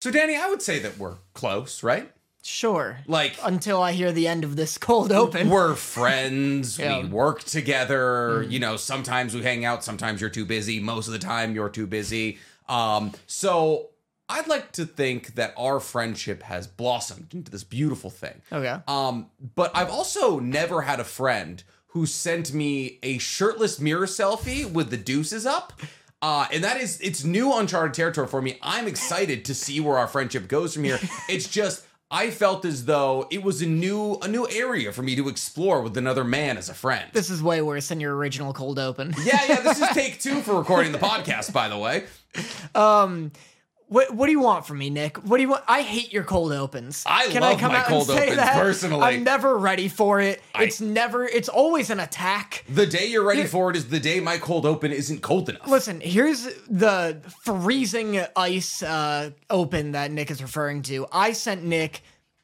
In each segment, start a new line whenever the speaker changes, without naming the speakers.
So, Danny, I would say that we're close, right?
Sure.
Like-
until I hear the end of this cold open.
We're friends.
Yeah. Mm-hmm.
We work together. You know, sometimes we hang out. Sometimes you're too busy. Most of the time, you're too busy. Um, so I'd like to think that our friendship has blossomed into this beautiful thing.
Okay.
Um, but I've also never had a friend who sent me a shirtless mirror selfie with the deuces up. Uh, and that is, it's new uncharted territory for me. I'm excited to see where our friendship goes from here. It's just, I felt as though it was a new, a new area for me to explore with another man as a friend.
This is way worse than your original cold open.
yeah, yeah, this is take two for recording the podcast, by the way.
What What do you want from me, Nick? What do you want? I hate your cold opens.
I love my cold opens personally.
I'm never ready for it.
I-
it's never. It's always an attack.
The day you're ready for it is the day my cold open isn't cold enough.
Listen, here's the freezing ice uh, open that Nick is referring to. I sent Nick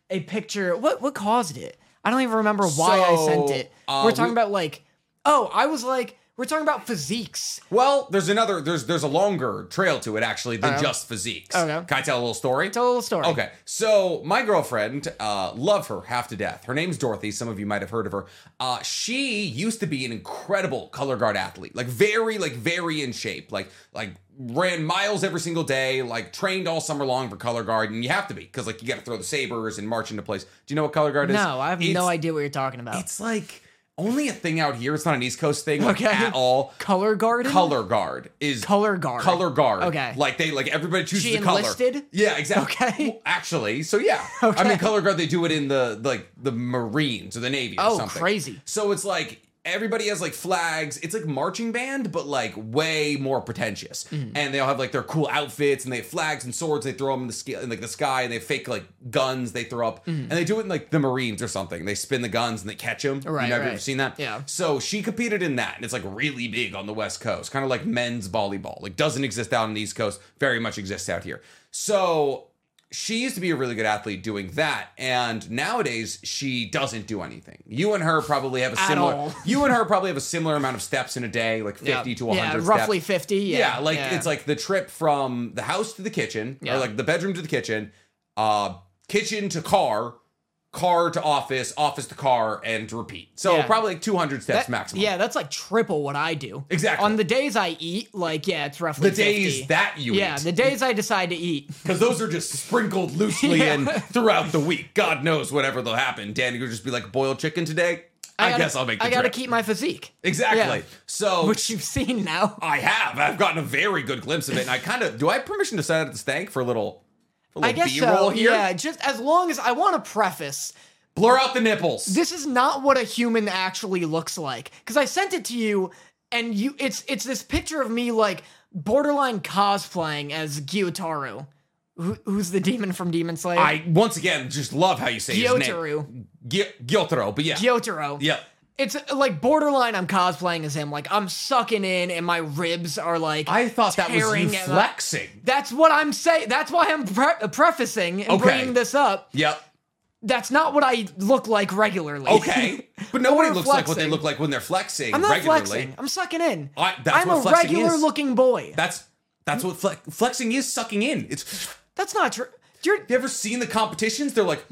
a picture. What what caused it? I don't even remember why I sent
So,
it.
uh,
we're talking
we-
about like, oh, I was like, we're talking about physiques.
Well, there's another there's there's a longer trail to it actually than
Okay.
just physiques.
Uh-huh. Okay.
Can I tell a little story?
Tell a little story.
Okay. So my girlfriend, uh, love her half to death. Her name's Dorothy. Some of you might have heard of her. Uh, she used to be an incredible color guard athlete, like very, like very in shape, like like ran miles every single day, like trained all summer long for color guard, and you have to be because like you got to throw the sabers and march into place. Do you know what color guard is?
No, I have
It's-
no idea what you're talking about.
It's like only a thing out here. It's not an East Coast thing like,
Okay.
at all
Color garden.
color guard is
Color guard.
color guard
Okay.
like they like everybody chooses
She
the color
enlisted?
yeah exactly
Okay.
Well, actually so yeah i mean color guard they do it in the like the marines or the navy or
Oh,
something
crazy.
so it's like everybody has like flags it's like marching band but like way more pretentious
Mm-hmm.
and they all have like their cool outfits and they have flags and swords they throw them in the sky in like the sky and they fake like guns they throw up
Mm-hmm.
and they do it in like the marines or something they spin the guns and they catch them
Right,
you know, have you
right.
ever seen that
Yeah.
so she competed in that, and it's like really big on the West Coast, kind of like men's volleyball. Like doesn't exist out on the East Coast, very much exists out here. So she used to be a really good athlete doing that, and nowadays she doesn't do anything. You and her probably have a
At
similar.
all.
You and her probably have a similar amount of steps in a day, like fifty to one
yeah,
hundred.
roughly fifty. Yeah,
Yeah, like
yeah.
it's like the trip from the house to the kitchen,
Yeah.
or like the bedroom to the kitchen, uh, kitchen to car, car to office, office to car, and to repeat. So
Yeah.
probably like 200 steps
That-
maximum.
Yeah, that's like triple what I do.
Exactly.
On the days I eat, like yeah, it's roughly
the days
50.
that you
yeah,
eat,
the days I decide to eat.
because those are just sprinkled loosely in throughout the week. God knows whatever will happen. Danny could just be like boiled chicken today. I,
gotta-
guess I'll make. The
I gotta
trip."
keep my physique,
exactly.
yeah.
So
which you've seen now.
I have. I've gotten a very good glimpse of it, and I kind of do. I have permission to set up the stank for a little. for a
I
little
guess
B-roll
so.
here.
Yeah, just as long as I want to preface,
Blur out the nipples.
this is not what a human actually looks like. Because I sent it to you, and you, it's it's this picture of me like borderline cosplaying as Gyotaro, who, who's the demon from Demon Slayer.
I once again just love how you say his
Gyotaro.
name. Gy- Gyotaro, but yeah.
Gyotaro.
yeah.
It's uh, like borderline. I'm cosplaying as him. Like I'm sucking in, and my ribs are like.
I thought that was you
tearing at-
flexing.
That's what I'm saying. That's why I'm pre- prefacing and
Okay.
bringing this up.
Yep.
That's not what I look like regularly.
Okay. But nobody
Or
looks like what they
flexing.
look like when they're flexing
I'm not
regularly.
flexing. I'm sucking in.
I- that's
am
what
a
flexing
regular
is.
looking boy.
That's that's what flex, flexing is sucking in. It's
that's not true. You're
you ever seen the competitions? They're like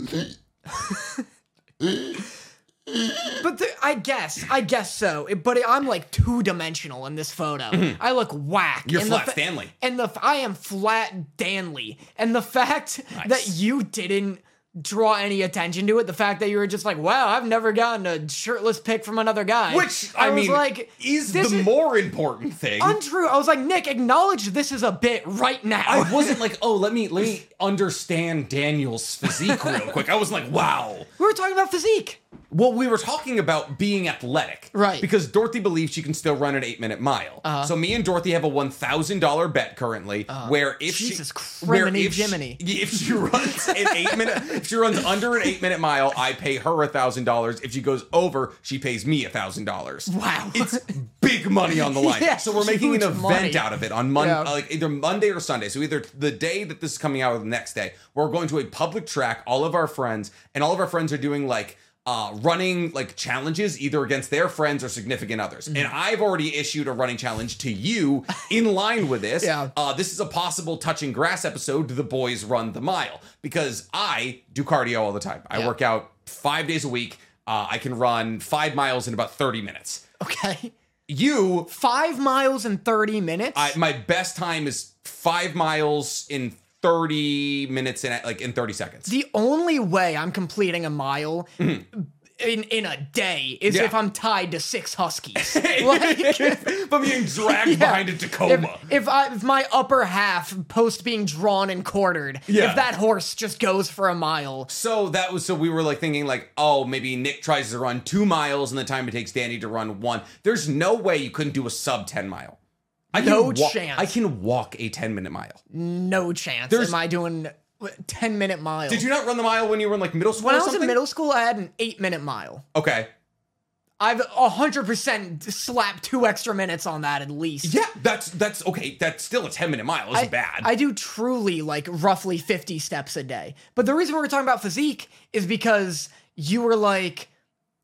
But the, I guess, I guess so. It- but I'm like two dimensional in this photo. I look whack.
Mm-hmm. You're
and
flat
fa-
Stanley.
And the f- I am flat Danley. And the fact that you didn't draw any attention to it, the fact that you were just like, wow, I've never gotten a shirtless pic from another guy.
which I,
was
mean
like,
is the
this is
more important thing.
untrue. I was like, Nick, acknowledge this is a bit right now.
I wasn't like, oh, let me let me understand Daniel's physique real quick. I wasn't like, wow.
we were talking about physique.
Well, we were talking about being athletic.
Right. Uh-huh.
Because Dorothy believes she can still run an eight minute mile. So me and Dorothy have a $1,000 bet currently where if
Jesus
she. where
criminy
if she-
Jiminy.
if she runs an eight minute. If she runs under an eight minute mile, I pay her $1,000. If she goes over, she pays me $1,000.
Wow.
It's big money on the line.
Yeah,
so we're making an
huge
event
money.
out of it on Monday,
Yeah.
like either Monday or Sunday. So either the day that this is coming out or the next day, we're going to a public track. All of our friends and all of our friends are doing like uh, running like challenges either against their friends or significant others.
Mm-hmm.
And I've already issued a running challenge to you in line with this.
Yeah.
Uh, this is a possible touching grass episode. The boys run the mile because I do cardio all the time. I
Yeah.
work out five days a week. Uh, I can run five miles in about 30 minutes.
Okay.
You,
Five miles in 30 minutes?
I, my best time is five miles in 30 minutes and like in 30 seconds.
the only way I'm completing a mile in in a day is
Yeah.
if I'm tied to six huskies. like
if I'm being dragged behind a Tacoma.
if, if I if my upper half post being drawn and quartered,
Yeah.
if that horse just goes for a mile.
So that was so we were like thinking like, oh, maybe Nick tries to run two miles and the time it takes Danny to run one. There's no way you couldn't do a sub ten mile. I can
No
wa-
chance.
I can walk a ten minute mile.
No chance.
There's-
am I doing what, 10 minute mile?
Did you not run the mile when you were in like middle school?
when
or
I was
something?
in middle school, I had an eight minute mile.
Okay.
I've 100% slapped two extra minutes on that at least.
Yeah, that's that's okay. That's still a ten minute mile. It's
I,
not bad.
I do truly like roughly 50 steps a day. But the reason we were talking about physique is because you were like,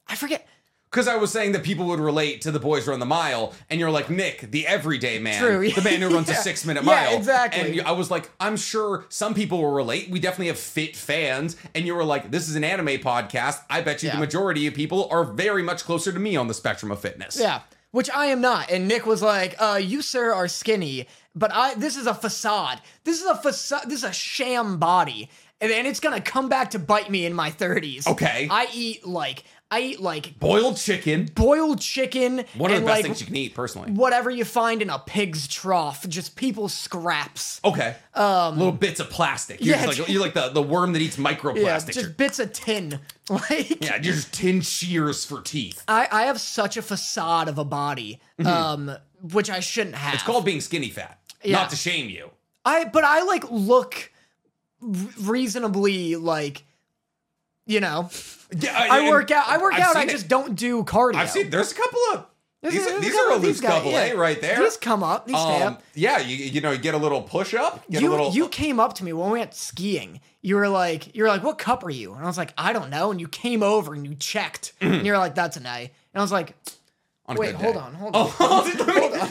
I forget.
Because I was saying that people would relate to the boys who run the mile, and you're like Nick, the everyday man,
True, yeah.
the man who runs a
Yeah.
six minute
Yeah,
mile.
exactly.
And you- I was like, I'm sure some people will relate. We definitely have fit fans, and you were like, this is an anime podcast. I bet you the
Yeah.
majority of people are very much closer to me on the spectrum of fitness.
Yeah. Which I am not. And Nick was like, uh, you, sir, are skinny, but I this is a facade. This is a facade this is a sham body. And then it's gonna come back to bite me in my 30s.
Okay.
I eat like I eat like
Boiled chicken,
boiled chicken.
one of the best
and, like,
things you can eat, personally.
whatever you find in a pig's trough, just people's scraps.
okay. Um, Little bits of plastic. You're,
yeah,
just like, you're like the, the worm that eats microplastics.
Yeah,
You're-
just bits of tin. Like
yeah, you're just tin shears for teeth.
I, I have such a facade of a body, um, which I shouldn't have.
Mm-hmm. It's called being skinny fat.
Yeah.
Not to shame you.
I, but I like look re- reasonably like, you know,
Yeah,
I
and-
work out. I work
I've
out. I
seen it.
just don't do cardio.
I've seen there's a couple of
There's
these,
a- there's
these
a
are
couple
a
of these
loose
guys,
couple,
yeah.
eh, right there.
These come up. These stay
Um,
up.
yeah, you you know you get a little push up, get
you,
a little.
you came up to me when we went skiing. You were like, you were like, what cup are you? And I was like, I don't know. And you came over and you checked, and you're like, that's an A. And I was like,
on a
wait,
good
hold
day.
on, hold on.
Oh,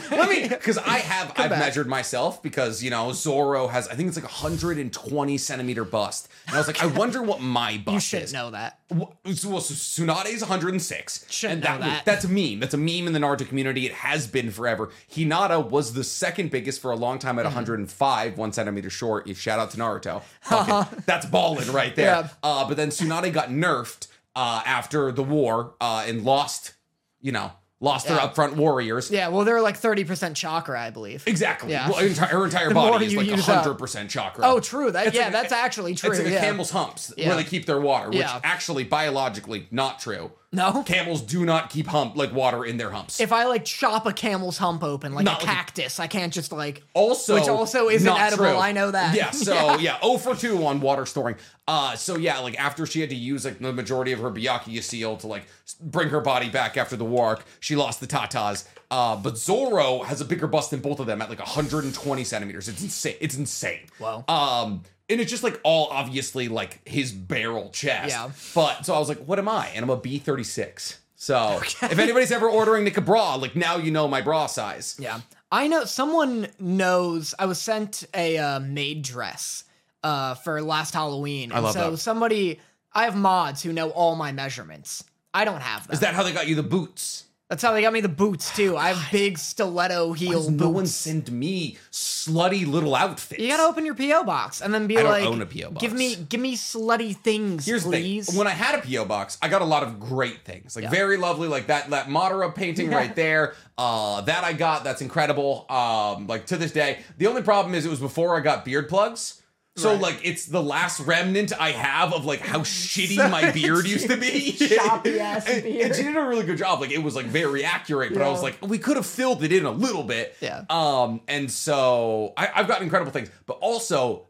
let me, let me, because I have, I've
back.
measured myself because you know Zorro has, I think it's like a hundred and twenty centimeter bust, and I was like, I wonder what my
you
bust
shouldn't
is.
know that.
Well, so Tsunade's 106.
Shouldn't
and that,
know that.
That's a meme. That's a meme in the Naruto community. It has been forever. Hinata was the second biggest for a long time at
Mm-hmm.
105, one centimeter short. If shout out to Naruto. Fucking- that's balling right there.
Yeah.
Uh, but then Tsunade got nerfed uh, after the war uh, and lost, you know, lost
Yeah.
her upfront warriors.
Yeah, well, they're like thirty percent chakra, I believe.
Exactly.
Yeah.
Well, her entire, her entire
more
body is
you
like
use up.
100% chakra.
Oh, true. That yeah,
like-
that's actually true.
It's like
yeah.
a camel's humps
Yeah.
where they keep their water, which
Yeah.
actually biologically not true.
No?
camels do not keep hump like water in their humps.
If I like chop a camel's hump open like
Not
a
like a-
cactus, I can't just like.
also,
which also isn't
not
edible,
true.
I know that.
Yeah. So yeah, oh for two on water storing. Uh, so yeah, like after she had to use like the majority of her Byakuya seal to like s- bring her body back after the war, arc, she lost the tatas. Uh, but Zoro has a bigger bust than both of them at like 120 centimeters. It's insane. It's insane.
Wow.
Um, and it's just like all obviously like his barrel chest.
Yeah.
But so I was like, what am I? And I'm a B36. So if anybody's ever ordering Nick a bra, like now you know my bra size.
Yeah, I know someone knows. I was sent a uh, maid dress uh, for last Halloween. I and
love
so
that.
somebody, I have mods who know all my measurements. I don't have them.
Is that how they got you the boots?
That's how they got me the boots too. I have big stiletto heel boots.
No one send me slutty little outfits.
you gotta open your PO box and then be
I don't
like,
own a PO box.
"Give me, give me slutty things,
Here's the
please."
thing. When I had a PO box, I got a lot of great things, like very lovely, like that that Madara painting right there. Uh, that I got, that's incredible. Um, like to this day, the only problem is it was before I got beard plugs. So
Right.
like it's the last remnant I have of like how shitty my beard used to be.
Choppy ass
And- And
beard.
she did a really good job. Like it was like very accurate, but I was
Yeah.
like, we could have filled it in a little bit.
Yeah.
Um, and so I, I've got incredible things, but also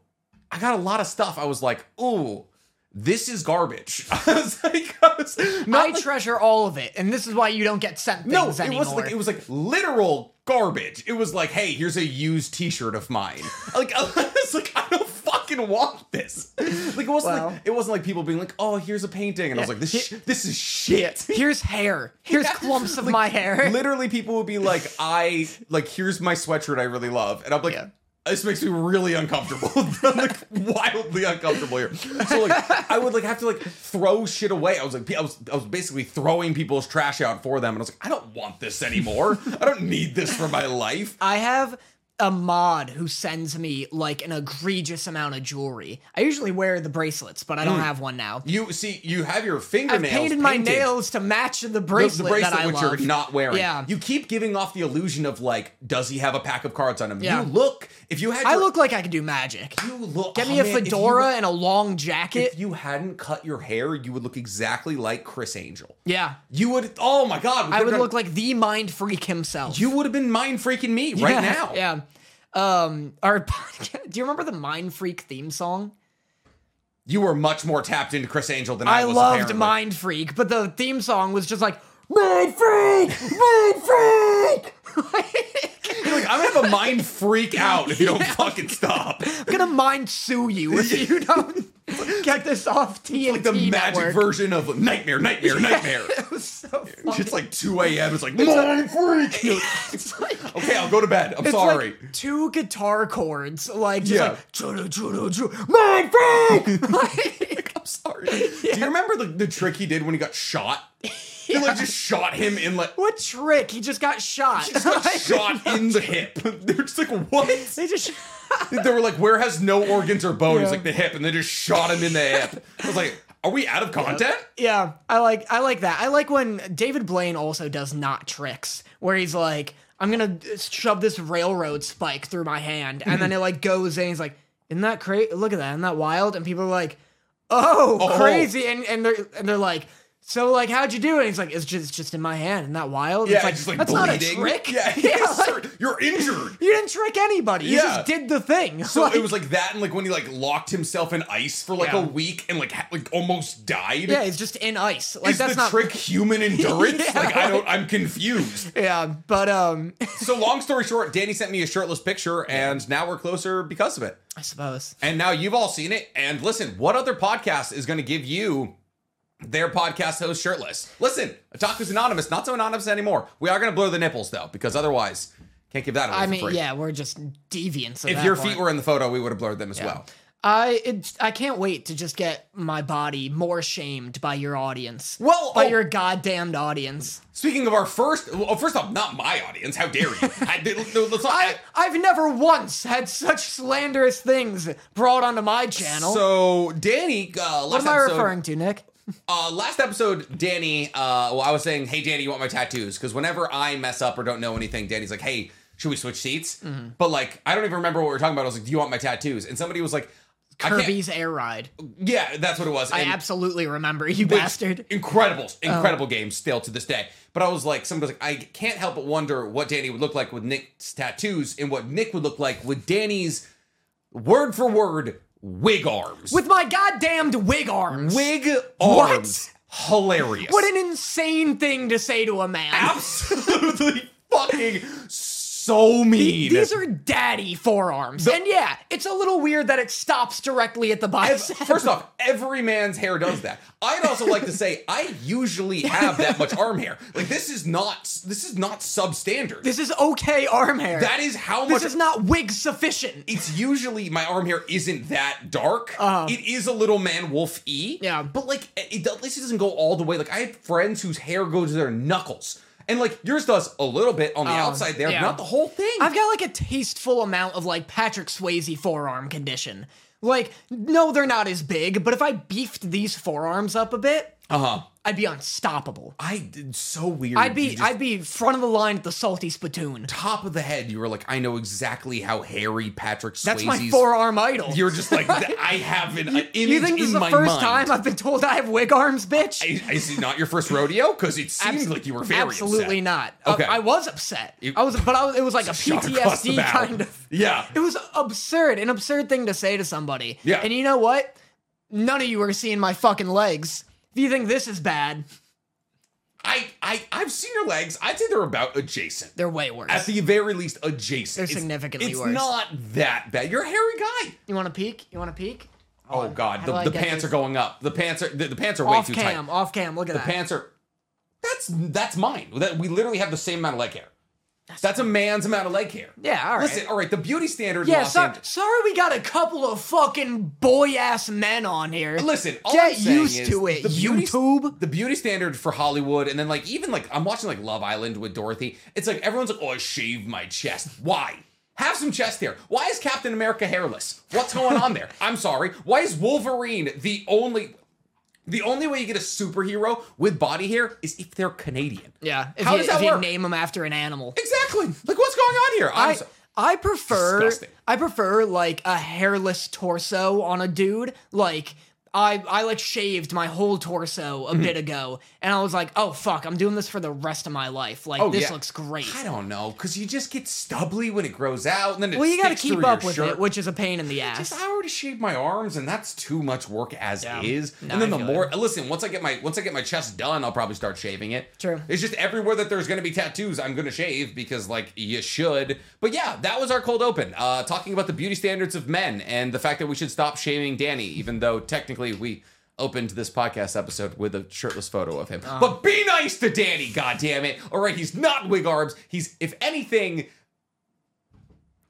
I got a lot of stuff. I was like, ooh, this is garbage. I was like, I was not
I
like-
treasure all of it, and this is why you don't get sent things
no, it
anymore.
wasn't like it was like literal garbage. It was like, hey, here's a used T-shirt of mine. like I was like, I don't fucking fucking want this. Like it wasn't
Wow.
like it wasn't like people being like, oh, here's a painting, and I was like, this sh- this is shit.
Here's hair. Here's clumps of my hair.
Literally, people would be like, I like here's my sweatshirt I really love, and I'm like.
Yeah.
This makes me really uncomfortable. I'm like wildly uncomfortable here. So like I would like have to like throw shit away. I was like I was I was basically throwing people's trash out for them and I was like, I don't want this anymore. I don't need this for my life.
I have a mod who sends me like an egregious amount of jewelry. I usually wear the bracelets, but I don't have one now.
Mm. You see, you have your
I've
fingernails
painted my
painted.
nails to match the
The-
bracelet,
the bracelet
that I
which
love.
you're not wearing.
Yeah.
You keep giving off the illusion of like, does he have a pack of cards on him?
Yeah.
You look if you had
I
your-
look like I could do magic.
you look
Get
oh,
me a
man, if you-
fedora and a long jacket.
If you hadn't cut your hair, you would look exactly like Chris Angel.
yeah.
You would oh my god, we
I
could've
would
done-
look like the mind freak himself.
you would have been mind freaking me
Yeah,
right now.
Yeah. Um our podcast, do you remember the mind freak theme song?
You were much more tapped into Chris Angel than I,
I
was.
loved
apparently.
Mind Freak, but the theme song was just like Mind Freak, Mind Freak.
You're like, I'm gonna have a mind freak out if you don't fucking stop.
I'm gonna mind sue you if you don't get this off TNT
Like the magic
network.
version of nightmare, nightmare, nightmare.
It was so funny.
It's like 2 a.m. It's like mind freak. You're like,
It's like
okay, I'll go to bed. I'm
it's
sorry.
like two guitar chords, like just
Yeah.
like choo choo choo Mind Freak. like,
I'm sorry. Do you remember the, the trick he did when he got shot? He like just shot him in like
what trick? He just got shot.
just got shot in the hip. They're just like, what?
they just.
They were like, where has no organs or bone? He's
Yeah.
like the hip, and they just shot him in the hip. I was like, are we out of content?
Yeah, I like I like that. I like when David Blaine also does not tricks, where he's like, "I'm gonna shove this railroad spike through my hand," and then it like goes in. He's like, "Isn't that crazy? Look at that! Isn't that wild?" And people are like, "Oh,
Oh.
crazy!" And and they're and they're like, "So like, howd you do?" it?" And he's like, "It's just it's just in my hand. Isn't that wild?" it's
and
like,
just like
that's
bleeding.
not a trick.
Yeah, yes,
like,
sir. you're injured.
you didn't trick anybody. You
Yeah.
just did the thing.
So
Like-
it was like that, and like when he like locked himself in ice for like
Yeah.
a week and like ha- like almost died.
yeah, it's just in ice. Like
Is
that's
the
not
trick human endurance?
Yeah,
like I don't, I'm confused.
Yeah, but um,
So long story short, Danny sent me a shirtless picture, and now we're closer because of it.
I suppose.
And now you've all seen it. And listen, what other podcast is going to give you their podcast host shirtless? Listen, Otaku's anonymous, not so anonymous anymore. We are going to blur the nipples though, because otherwise, can't give that away.
I
for
mean,
free.
yeah, we're just deviants. At
If
that
your
point.
feet were in the photo, we would have blurred them as well.
I it's, I can't wait to just get my body more shamed by your audience.
Well,
by
oh.
your goddamned audience.
Speaking of our first, well, first off, not my audience. How dare you? I, no, let's not,
I I've never once had such slanderous things brought onto my channel.
so Danny, uh, last
what am I
episode,
referring to, Nick?
Uh, last episode, Danny, uh, well, I was saying, hey, Danny, you want my tattoos? Because whenever I mess up or don't know anything, Danny's like, hey, should we switch seats?
Mm-hmm.
But like, I don't even remember what we were talking about. I was like, do you want my tattoos? And somebody was like, I can't-
Kirby's air ride.
Yeah, that's what it was.
I
And
absolutely remember you
which-
bastard. Oh.
Incredible, incredible game still to this day. But I was like, somebody was like, I can't help but wonder what Danny would look like with Nick's tattoos and what Nick would look like with Danny's word for word wig arms.
With my goddamned wig arms.
wig arms. Hilarious.
What an insane thing to say to a man.
absolutely fucking so mean.
These are daddy forearms. and yeah, it's a little weird that it stops directly at the bicep.
First off, every man's hair does that. I'd also like to say I usually have that much arm hair. Like this is not this is not substandard.
This is okay arm hair.
that is how much
this is not wig sufficient.
it's usually my arm hair isn't that dark.
Uh-huh.
It is a little man wolf e.
Yeah.
but like it, it- at least it doesn't go all the way. Like I have friends whose hair goes to their knuckles, and like yours does a little bit on the outside there,
Uh, yeah.
but not the whole thing.
I've got like a tasteful amount of like Patrick Swayze forearm condition. Like, no, they're not as big, but if I beefed these forearms up a bit,
uh huh.
I'd be unstoppable.
I did so weird.
I'd be
Oh, You just-
I'd be front of the line at the salty spittoon.
top of the head. You were like, I know exactly how hairy Patrick Swayze's.
That's my forearm idol.
You're just like, "Th- I have an, an image
you think
in
this is the
my mind.
first time I've been told I have wig arms, bitch?
I- is it not your first rodeo? Because it seemed
Abs-
like you were very
absolutely
upset.
not. Uh,
Okay.
I was upset. I was, but I was, it was like a
Shot across the
PTSD
bow.
kind of.
Yeah.
It was absurd, an absurd thing to say to somebody.
Yeah.
And you know what? None of you are seeing my fucking legs. If you think this is bad,
I I I've seen her legs. I'd say they're about adjacent.
They're way worse.
At the very least, adjacent.
They're
It's-
significantly
it's
worse.
not that bad. You're a hairy guy.
you want to peek? You want to peek?
Oh god,
How
the,
do I
the
get
pants
this?
are going up. The pants are the, the pants are way
Off
too
cam,
tight.
off cam. Look at
The
that.
pants are. That's that's mine. That we literally have the same amount of leg hair. That's a man's amount of leg hair.
Yeah, all right.
Listen, all right. The beauty standard. in
yeah,
Los
so,
Angeles-
sorry we got a couple of fucking boy ass men on here.
Listen, all
Get
I'm saying
used
is
to it,
the beauty-
YouTube.
the beauty standard for Hollywood, and then like even like I'm watching like Love Island with Dorothy. It's like everyone's like, oh, I shave my chest. Why? Have some chest hair. Why is Captain America hairless? What's going on there? I'm sorry. Why is Wolverine the only the only way you get a superhero with body hair is if they're Canadian?
Yeah, if
How
you,
does that
if you
work?
name them after an animal.
Exactly. Like what's going on here? I'm
I
so-
I prefer
Disgusting.
I prefer like a hairless torso on a dude. Like I I like shaved my whole torso
Hmm.
a bit ago, and I was like, oh fuck, I'm doing this for the rest of my life. Like
Oh,
this
yeah.
looks great.
I don't know, cause you just get stubbly when it grows out, and then it
Well, you got to
sticks
keep
through
up
your
with
shirt.
it, which is a pain in the ass.
Just I already shaved my arms, and that's too much work as
Yeah.
is.
No,
and then
I
the
feel
more listen, once I get my once I get my chest done, I'll probably start shaving it.
True.
It's just everywhere that there's gonna be tattoos, I'm gonna shave because like you should. But yeah, that was our cold open. Uh talking about the beauty standards of men and the fact that we should stop shaming Danny, even though technically we opened this podcast episode with a shirtless photo of him.
Uh.
But be nice to Danny, goddammit. All right, he's not wig arms. He's if anything,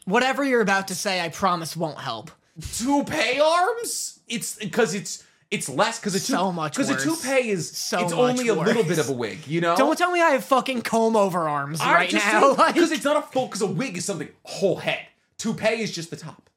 Whatever you're about to say, I promise won't help.
toupee arms. It's because it's it's less because it's
So much
because a
worse.
toupee is
So
it's
much
only a little
worse.
bit of a wig, you know.
Don't tell me I have fucking comb over arms
I'm
right
just
now. Like,
because it's not a full because a wig is something whole head. Toupee is just the top.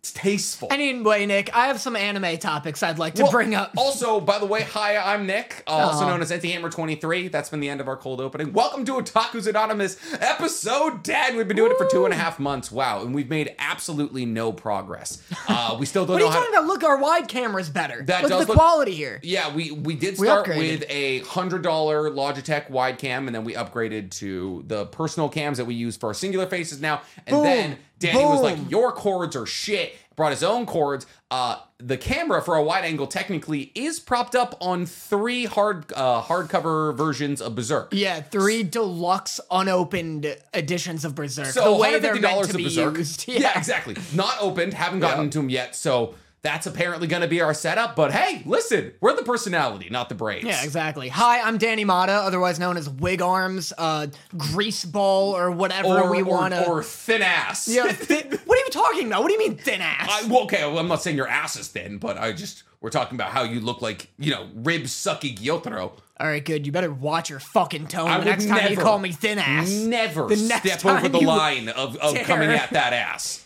It's tasteful.
anyway, Nick, I have some anime topics I'd like to
Well,
bring up.
Also, by the way, hi, I'm Nick, uh, also
Aw.
known as Antihammer23. That's been the end of our cold opening. Welcome to Otaku's Anonymous episode 10. We've been doing it for two and a half months. Wow. And we've made absolutely no progress. Uh, we still don't
what are
know
you
how to-
talking about? Look, our wide camera's better.
That
look
does
at the
look-
quality here.
Yeah, we we did start
upgraded.
with a hundred dollar Logitech wide cam, and then we upgraded to the personal cams that we use for our singular faces now. And
Boom.
then Danny was like,
Boom.
"Your cords are shit." Brought his own cords. Uh, the camera for a wide angle technically is propped up on three hard uh, hardcover versions of Berserk.
Yeah, three deluxe unopened editions of Berserk.
So
the way they're meant
$150
to
of
be
Berserk.
used.
Yeah. exactly. Not opened. Haven't gotten
Yeah.
to them yet. So that's apparently going to be our setup. But hey, listen, we're the personality, not the brains.
Yeah, exactly. Hi, I'm Danny Mata, otherwise known as Wig Arms, uh, Grease Ball, or whatever
or,
we
or-
want to.
or thin ass.
Yeah, thi- what are you talking about? What do you mean thin ass?
I, well, okay, well, I'm not saying your ass is thin, but I just we're talking about how you look like you know rib sucky Gyotaro.
All right, good. You better watch your fucking tone
I
the
would
next time you
never-
call me thin ass.
Never
The next
step over
time
the
you
line of, of
dare.
coming at that ass.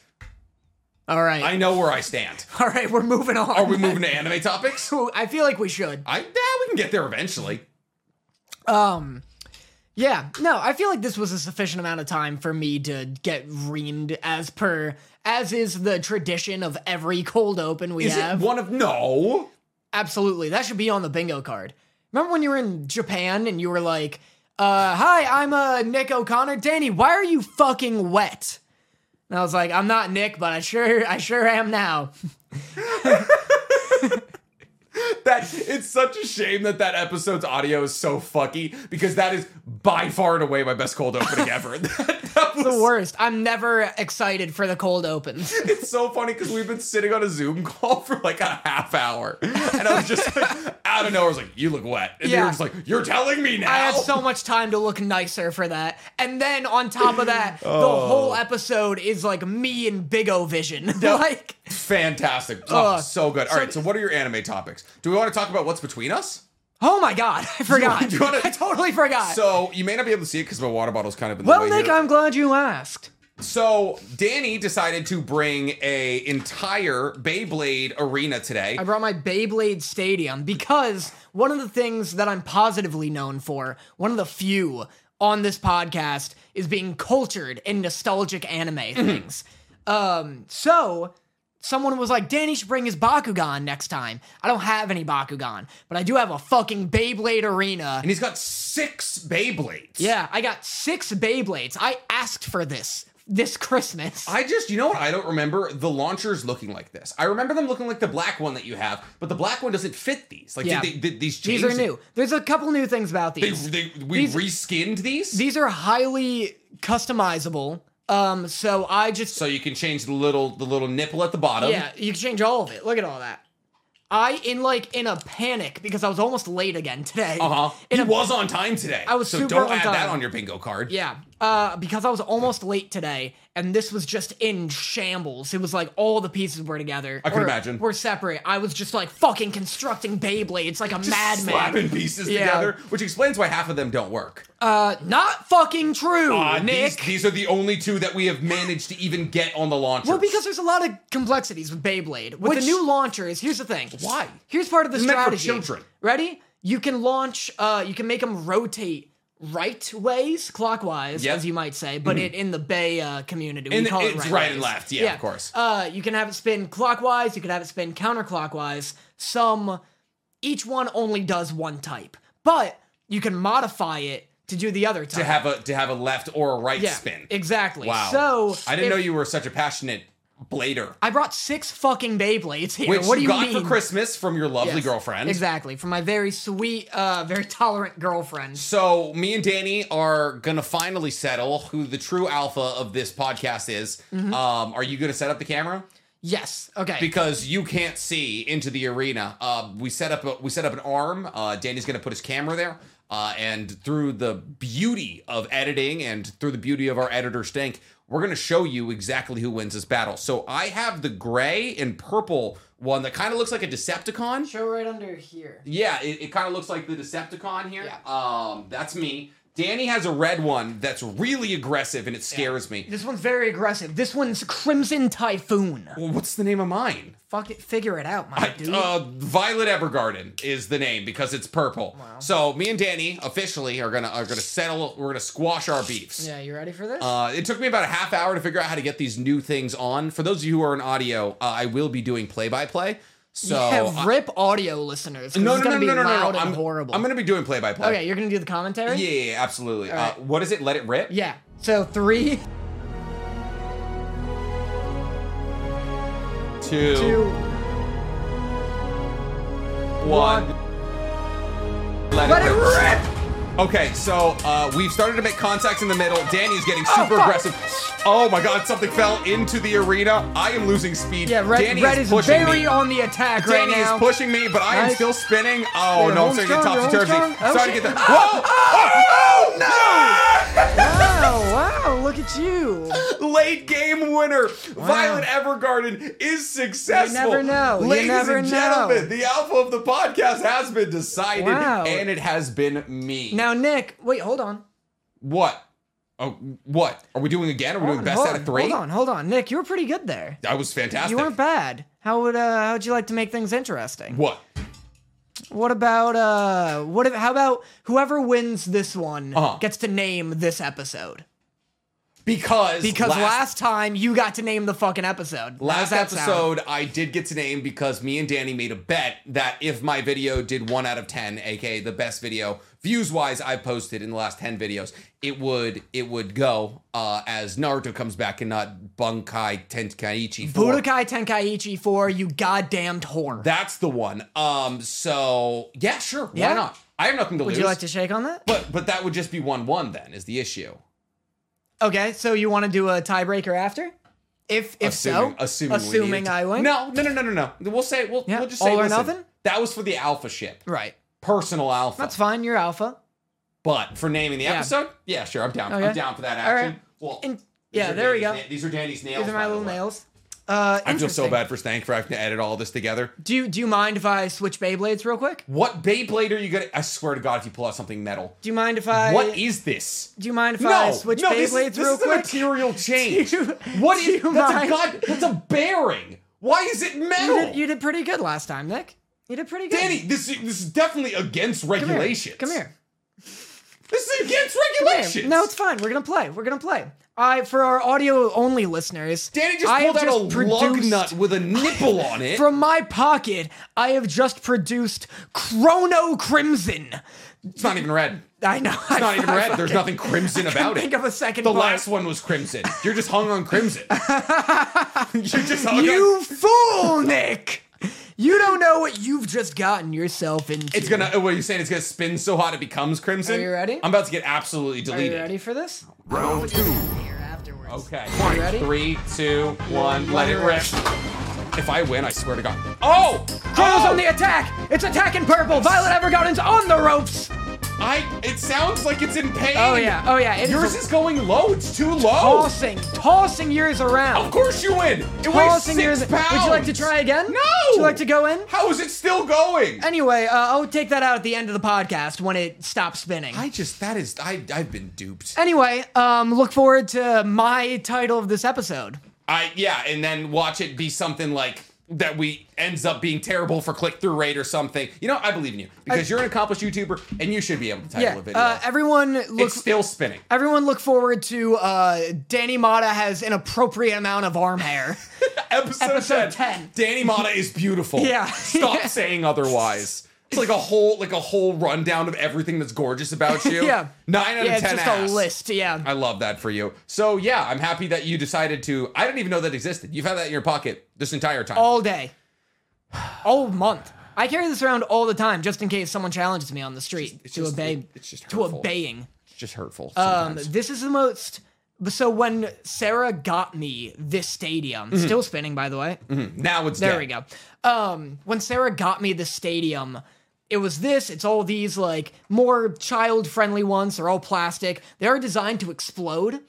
All right,
I know where I stand.
all right. We're moving on.
Are we moving to anime topics?
I feel like we should.
I yeah, we can get there eventually.
Um, yeah, no, I feel like this was a sufficient amount of time for me to get reamed as per as is the tradition of every cold open we
Is
have.
it one of no?
Absolutely, that should be on the bingo card. Remember when you were in Japan and you were like, uh, "Hi, I'm uh, Nick O'Connor, Danny. Why are you fucking wet?" And I was like, "I'm not Nick, but I sure, I sure am now."
That it's such a shame that that episode's audio is so fucky because that is by far and away my best cold opening ever. that, that was
the worst. I'm never excited for the cold opens.
It's so funny because we've been sitting on a Zoom call for like a half hour, and I was just like, out of nowhere, I was like, "You look wet," and you
Yeah.
were just like, "You're telling me now."
I had so much time to look nicer for that. And then on top of that, the
Oh.
whole episode is like me and Big O Vision. like,
fantastic, oh,
Ugh.
so good. All right,
So-
so what are your anime topics? Do we want to talk about what's between us?
oh my god, I forgot.
do you wanna-
I totally forgot.
So you may not be able to see it because my water bottle's kind of in
well,
the way
Nick,
here.
I'm glad you asked.
so Danny decided to bring a entire Beyblade arena today.
I brought my Beyblade Stadium because one of the things that I'm positively known for, one of the few on this podcast, is being cultured in nostalgic anime
Mm-hmm.
things. Um, so someone was like, Danny should bring his Bakugan next time. I don't have any Bakugan, but I do have a fucking Beyblade arena.
and he's got six Beyblades.
Yeah, I got six Beyblades. I asked for this this Christmas.
I just, you know what? I don't remember the launchers looking like this. I remember them looking like the black one that you have, but the black one doesn't fit these. Like,
Yeah.
did they, did these change?
these are new. There's a couple new things about
They,
these.
they, we
These-
reskinned these,
these are highly customizable. Um, so I just
so you can change the little the little nipple at the bottom.
yeah, you can change all of it. Look at all that. I in like in a panic because I was almost late again today.
Uh huh.
In
He
a-
was on time today. I
was
so
super
don't
on
add that
time.
on your bingo card.
Yeah, uh, because I was almost late today, and this was just in shambles. It was like all the pieces were together. I
can imagine.
We're separate. I was just like fucking constructing Beyblades like a
Just
madman.
slapping pieces
Yeah.
together, which explains why half of them don't work.
Uh, not fucking true,
Uh,
Nick.
these, these are the only two that we have managed to even get on the launcher.
well, because there's a lot of complexities with Beyblade. With
Which-
the new launchers, here's the thing.
Why?
Here's part of the
It's meant for
strategy.
children.
Ready? You can launch. Uh, you can make them rotate right ways, clockwise,
Yep. Hmm.
as you might say, but it, in the Bay uh, community, we
In the-
call it
it's
right,
right and
ways.
left, yeah, of course.
Uh, you can have it spin clockwise. You can have it spin counterclockwise. Some, each one only does one type, but you can modify it to do the other type.
to have a to have a left or a right
yeah,
spin.
exactly.
Wow.
So
I didn't
if-
know you were such a passionate blader.
I brought six fucking Beyblades here.
Which
what do you
got
mean?
for Christmas from your lovely
Yes,
girlfriend.
Exactly, from my very sweet, uh, very tolerant girlfriend.
So me and Danny are gonna finally settle who the true alpha of this podcast is.
Mm-hmm.
Um, are you gonna set up the camera?
Yes. Okay.
Because you can't see into the arena. Uh, we set up a, we set up an arm. Uh, Danny's gonna put his camera there. Uh, and through the beauty of editing and through the beauty of our editor Stink, we're gonna show you exactly who wins this battle. So I have the gray and purple one that kind of looks like a Decepticon.
Show right under here.
Yeah, it, it kind of looks like the Decepticon here.
Yeah.
Um, that's me. Danny has a red one that's really aggressive and it scares me.
This one's very aggressive. This one's Crimson Typhoon.
Well, what's the name of mine?
Fuck it, figure it out, my dude.
Uh, Violet Evergarden is the name because it's purple. So me and Danny officially are gonna are gonna settle. We're gonna squash our beefs.
yeah, you ready for this?
Uh, it took me about a half hour to figure out how to get these new things on. For those of you who are in audio, uh, I will be doing play by play. So
yeah,
I-
rip audio listeners. 'cause
no,
it's
no, no,
gonna
no,
be
no, no, no,
loud and
I'm,
horrible.
I'm gonna be doing play by play.
okay, you're gonna do the commentary.
Yeah, yeah, yeah, absolutely. Uh,
Alright.
what is it? Let it rip.
Yeah. So three,
Two.
two,
one. Let,
let it rip.
Okay, so uh, we've started to make contacts in the middle. Danny's getting super
fuck.
aggressive. Oh my god, something fell into the arena. I am losing speed.
Yeah, red,
Danny
red
is
is,
pushing
very
me.
on the attack
Danny
right now.
is pushing me, but I am
Nice.
still spinning. Oh
Yeah,
no, I'm
hold
starting to get
strong,
topsy
hold
turvy.
strong. Oh,
starting to
shit.
get the. Whoa! Oh,
wow, Oh, wow, look at you.
no! Late game winner, Violet Evergarden is successful.
You never know. You
Ladies
never
and
know.
gentlemen, the alpha of the podcast has been decided,
Wow.
and it has been me.
Now, Nick, wait, hold on.
What? Oh, what? Are we doing again? Are we doing
Hold
best
on,
out of three?
Hold on, hold on. Nick, you were pretty good there.
That was fantastic.
You weren't bad. How would uh how would you like to make things interesting?
what?
What about uh what if how about whoever wins this one
Uh-huh.
gets to name this episode?
Because
Because last,
last
time you got to name the fucking episode. How does
last
that sound?
episode I did get to name because me and Danny made a bet that if my video did one out of ten, aka the best video views wise I've posted in the last ten videos, it would it would go uh, as Naruto comes back and not Bunkai Tenkaichi. 4.
Budokai Tenkaichi 4, you goddamned whore.
That's the one. Um. So yeah, sure. Why
Yeah?
not? I have nothing to
would
lose.
you like to shake on that?
but but that would just be one one. Then is the issue.
Okay, so you want to do a tiebreaker after? If if
assuming,
so,
assuming, we needed to-
I win.
No, no, no, no, no, no. We'll say we'll,
Yeah,
we'll just say
all or
listen,
nothing?
That was for the alpha ship,
Right.
personal alpha.
That's fine, you're alpha.
but for naming the
Yeah.
episode, yeah, sure, I'm down. I'm
Okay.
down for that
All
action.
right.
Well,
And
these
yeah,
are
there we go.
Danny's na- these are Danny's nails.
These are
by
my
the
little
way.
nails. Uh,
I feel so
interesting.
bad for Stank for having to edit all this together.
Do you do you mind if I switch Beyblades real quick?
What Beyblade are you gonna? I swear to God, if you pull out something metal,
Do you mind if I
what is this?
Do you mind if I
No,
switch
no, this,
Beyblades
is, this
real
is a
quick?
material change.
you-
what
do
is
you
that's a
mind-
god? That's a bearing. Why is it
You
metal?
did, you did pretty good last time, Nick. You did pretty good.
Danny, this is, this is definitely against
come here.
regulations.
Come here.
This is against
Come here.
regulations.
No, it's fine. We're gonna play. We're gonna play. I for our audio only listeners.
Danny just
I
pulled out
have
a
just
lug
produced-
nut with a nipple on it.
From my pocket, I have just produced Chrono Crimson.
it's not even red.
I know.
It's not even red. There's nothing crimson about it.
Think of a second.
The
part.
last one was crimson. You're just hung on crimson. You're just hung on.
You fool, Nick! You don't know what you've just gotten yourself into.
It's gonna. uh, What are you saying? It's gonna spin so hot it becomes crimson.
Are you ready?
I'm about to get absolutely
Are you
deleted.
ready for this?
Round two.
afterwards.
Okay.
You ready?
Three, two, one. Let it rip. If I win, I swear to God. Oh,
Chrono's
Oh!
on the attack! It's attacking purple! Violet Evergarden's on the ropes!
I. It sounds like it's in pain.
Oh yeah, oh yeah. It
Yours
is
is going low. It's too low.
tossing, tossing yours around.
Of course you win. It weighs
tossing
six
yours.
pounds.
Would you like to try again?
No.
Would you like to go in?
How is it still going?
Anyway, uh, I'll take that out at the end of the podcast when it stops spinning.
I just that is I I've been duped.
anyway, um, look forward to my title of this episode.
I yeah, and then watch it be something like that we ends up being terrible for click through rate or something. You know, I believe in you because you're an accomplished YouTuber and you should be able to title a video.
yeah, uh, everyone look
it's still spinning.
Everyone look forward to uh, Danny Mata has an appropriate amount of arm hair.
Episode,
episode 10.
Danny Mata is beautiful.
Yeah.
Stop saying otherwise. It's like a whole like a whole rundown of everything that's gorgeous about you.
Yeah.
Nine out
yeah,
of
it's
ten.
just
ass.
a list. Yeah.
I love that for you. So yeah, I'm happy that you decided to. I didn't even know that existed. You've had that in your pocket this entire time.
all day, all month. I carry this around all the time, just in case someone challenges me on the street
it's
to
just-
obey.
it- it's just
to
hurtful.
obeying.
it's just hurtful.
Um,
Sometimes.
this is the most. So when Sarah got me this stadium,
Mm-hmm.
still spinning, by the way.
now it's
There
dead.
we go. Um, when Sarah got me the stadium, it was this. It's all these like more child-friendly ones. They're all plastic. They are designed to explode.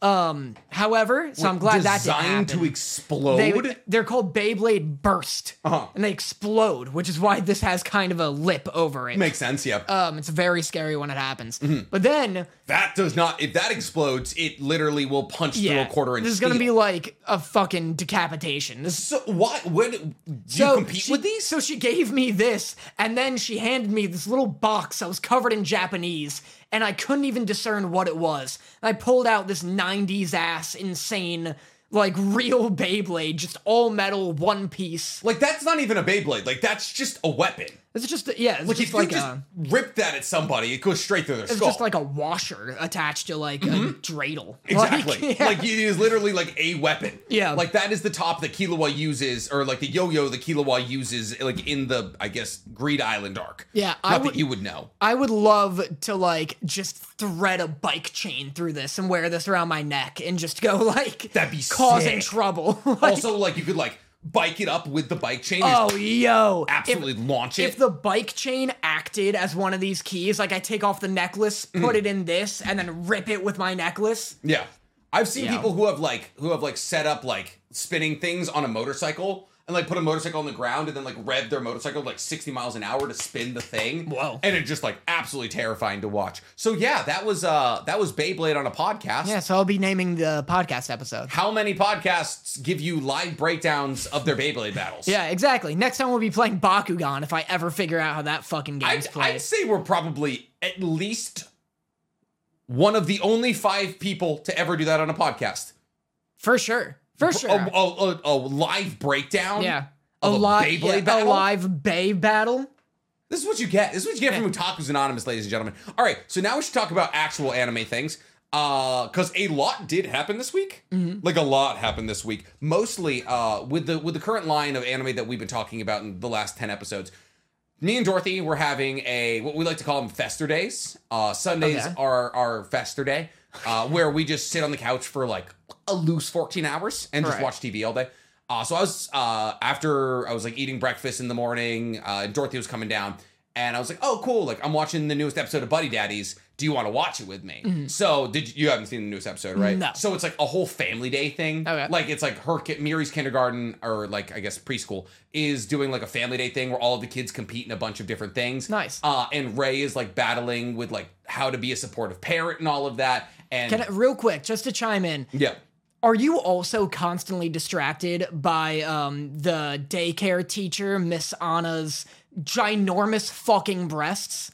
Um, however, so I'm glad that didn't happen.
Mm-hmm. designed to explode.
They, they're called Beyblade Burst,
Uh-huh.
and they explode, which is why this has kind of a lip over it.
Makes sense, yeah.
um, it's very scary when it happens.
Mm-hmm.
But then,
that does not. If that explodes, it literally will punch
yeah,
through a quarter inch.
this is gonna be
steel.
like a fucking decapitation. This
So why? When do you
so
compete
she-
with these?
So she gave me this, and then she handed me this little box that was covered in Japanese, and I couldn't even discern what it was. And I pulled out this 90s ass insane, like real Beyblade, just all metal, one piece.
Like that's not even a Beyblade. Like that's just a weapon.
It's just, yeah, it's
Like
just
if
like
you just
a.
rip that at somebody, it goes straight through their
It's
skull.
just like a washer attached to like a
Mm-hmm.
dreidel.
Exactly.
Like,
Like,
yeah.
it is literally like a weapon.
Yeah.
Like that is the top that Kilawa uses, or like the yo-yo that Kilawa uses, like in the I guess Greed Island arc.
Yeah,
Not
I
that
would-
you would know.
I would love to like just thread a bike chain through this and wear this around my neck and just go like
That'd be
causing
sick.
trouble. Like,
Also, like you could like bike it up with the bike chain. and just
oh yo,
absolutely launch it.
If, if the bike chain acted as one of these keys, like I take off the necklace, put it in this, and then rip it with my necklace.
Yeah. I've seen
Yeah.
people who have like who have like set up like spinning things on a motorcycle and like put a motorcycle on the ground and then like rev their motorcycle like 60 miles an hour to spin the thing.
Whoa.
And it's just like absolutely terrifying to watch. So yeah, that was uh that was Beyblade on a podcast.
Yeah, so I'll be naming the podcast episode.
How many podcasts give you live breakdowns of their Beyblade battles?
Yeah, exactly. Next time we'll be playing Bakugan if I ever figure out how that fucking game's
I'd,
played.
I'd say we're probably at least one of the only five people to ever do that on a podcast.
For sure. For sure.
A, a- a- a live breakdown.
yeah.
of a
live
Beyblade
yeah, a
battle?
live Bay battle.
This is what you get. This is what you get from Otaku's Anonymous, ladies and gentlemen. All right, so now we should talk about actual anime things. Uh, because a lot did happen this week.
Mm-hmm.
Like a lot happened this week. Mostly uh with the with the current line of anime that we've been talking about in the last 10 episodes. Me and Dorothy were having a what we like to call them fester days. Uh Sundays
Okay.
are our fester day, uh, where we just sit on the couch for like a loose 14 hours and just
Right.
watch TV all day. Uh, so I was uh, after I was like eating breakfast in the morning. Uh, and Dorothy was coming down, and I was like, "Oh, cool! Like I'm watching the newest episode of Buddy Daddies. Do you want to watch it with me?" So did you, you haven't seen the newest episode, right?
Mm-hmm. No.
So it's like a whole family day thing.
Okay.
Like it's like her ki- Miri's kindergarten or like I guess preschool is doing like a family day thing where all of the kids compete in a bunch of different things.
Nice.
Uh, and Ray is like battling with like how to be a supportive parent and all of that. And
Can I, real quick, just to chime in,
yeah.
are you also constantly distracted by um, the daycare teacher, Miss Anna's ginormous fucking breasts?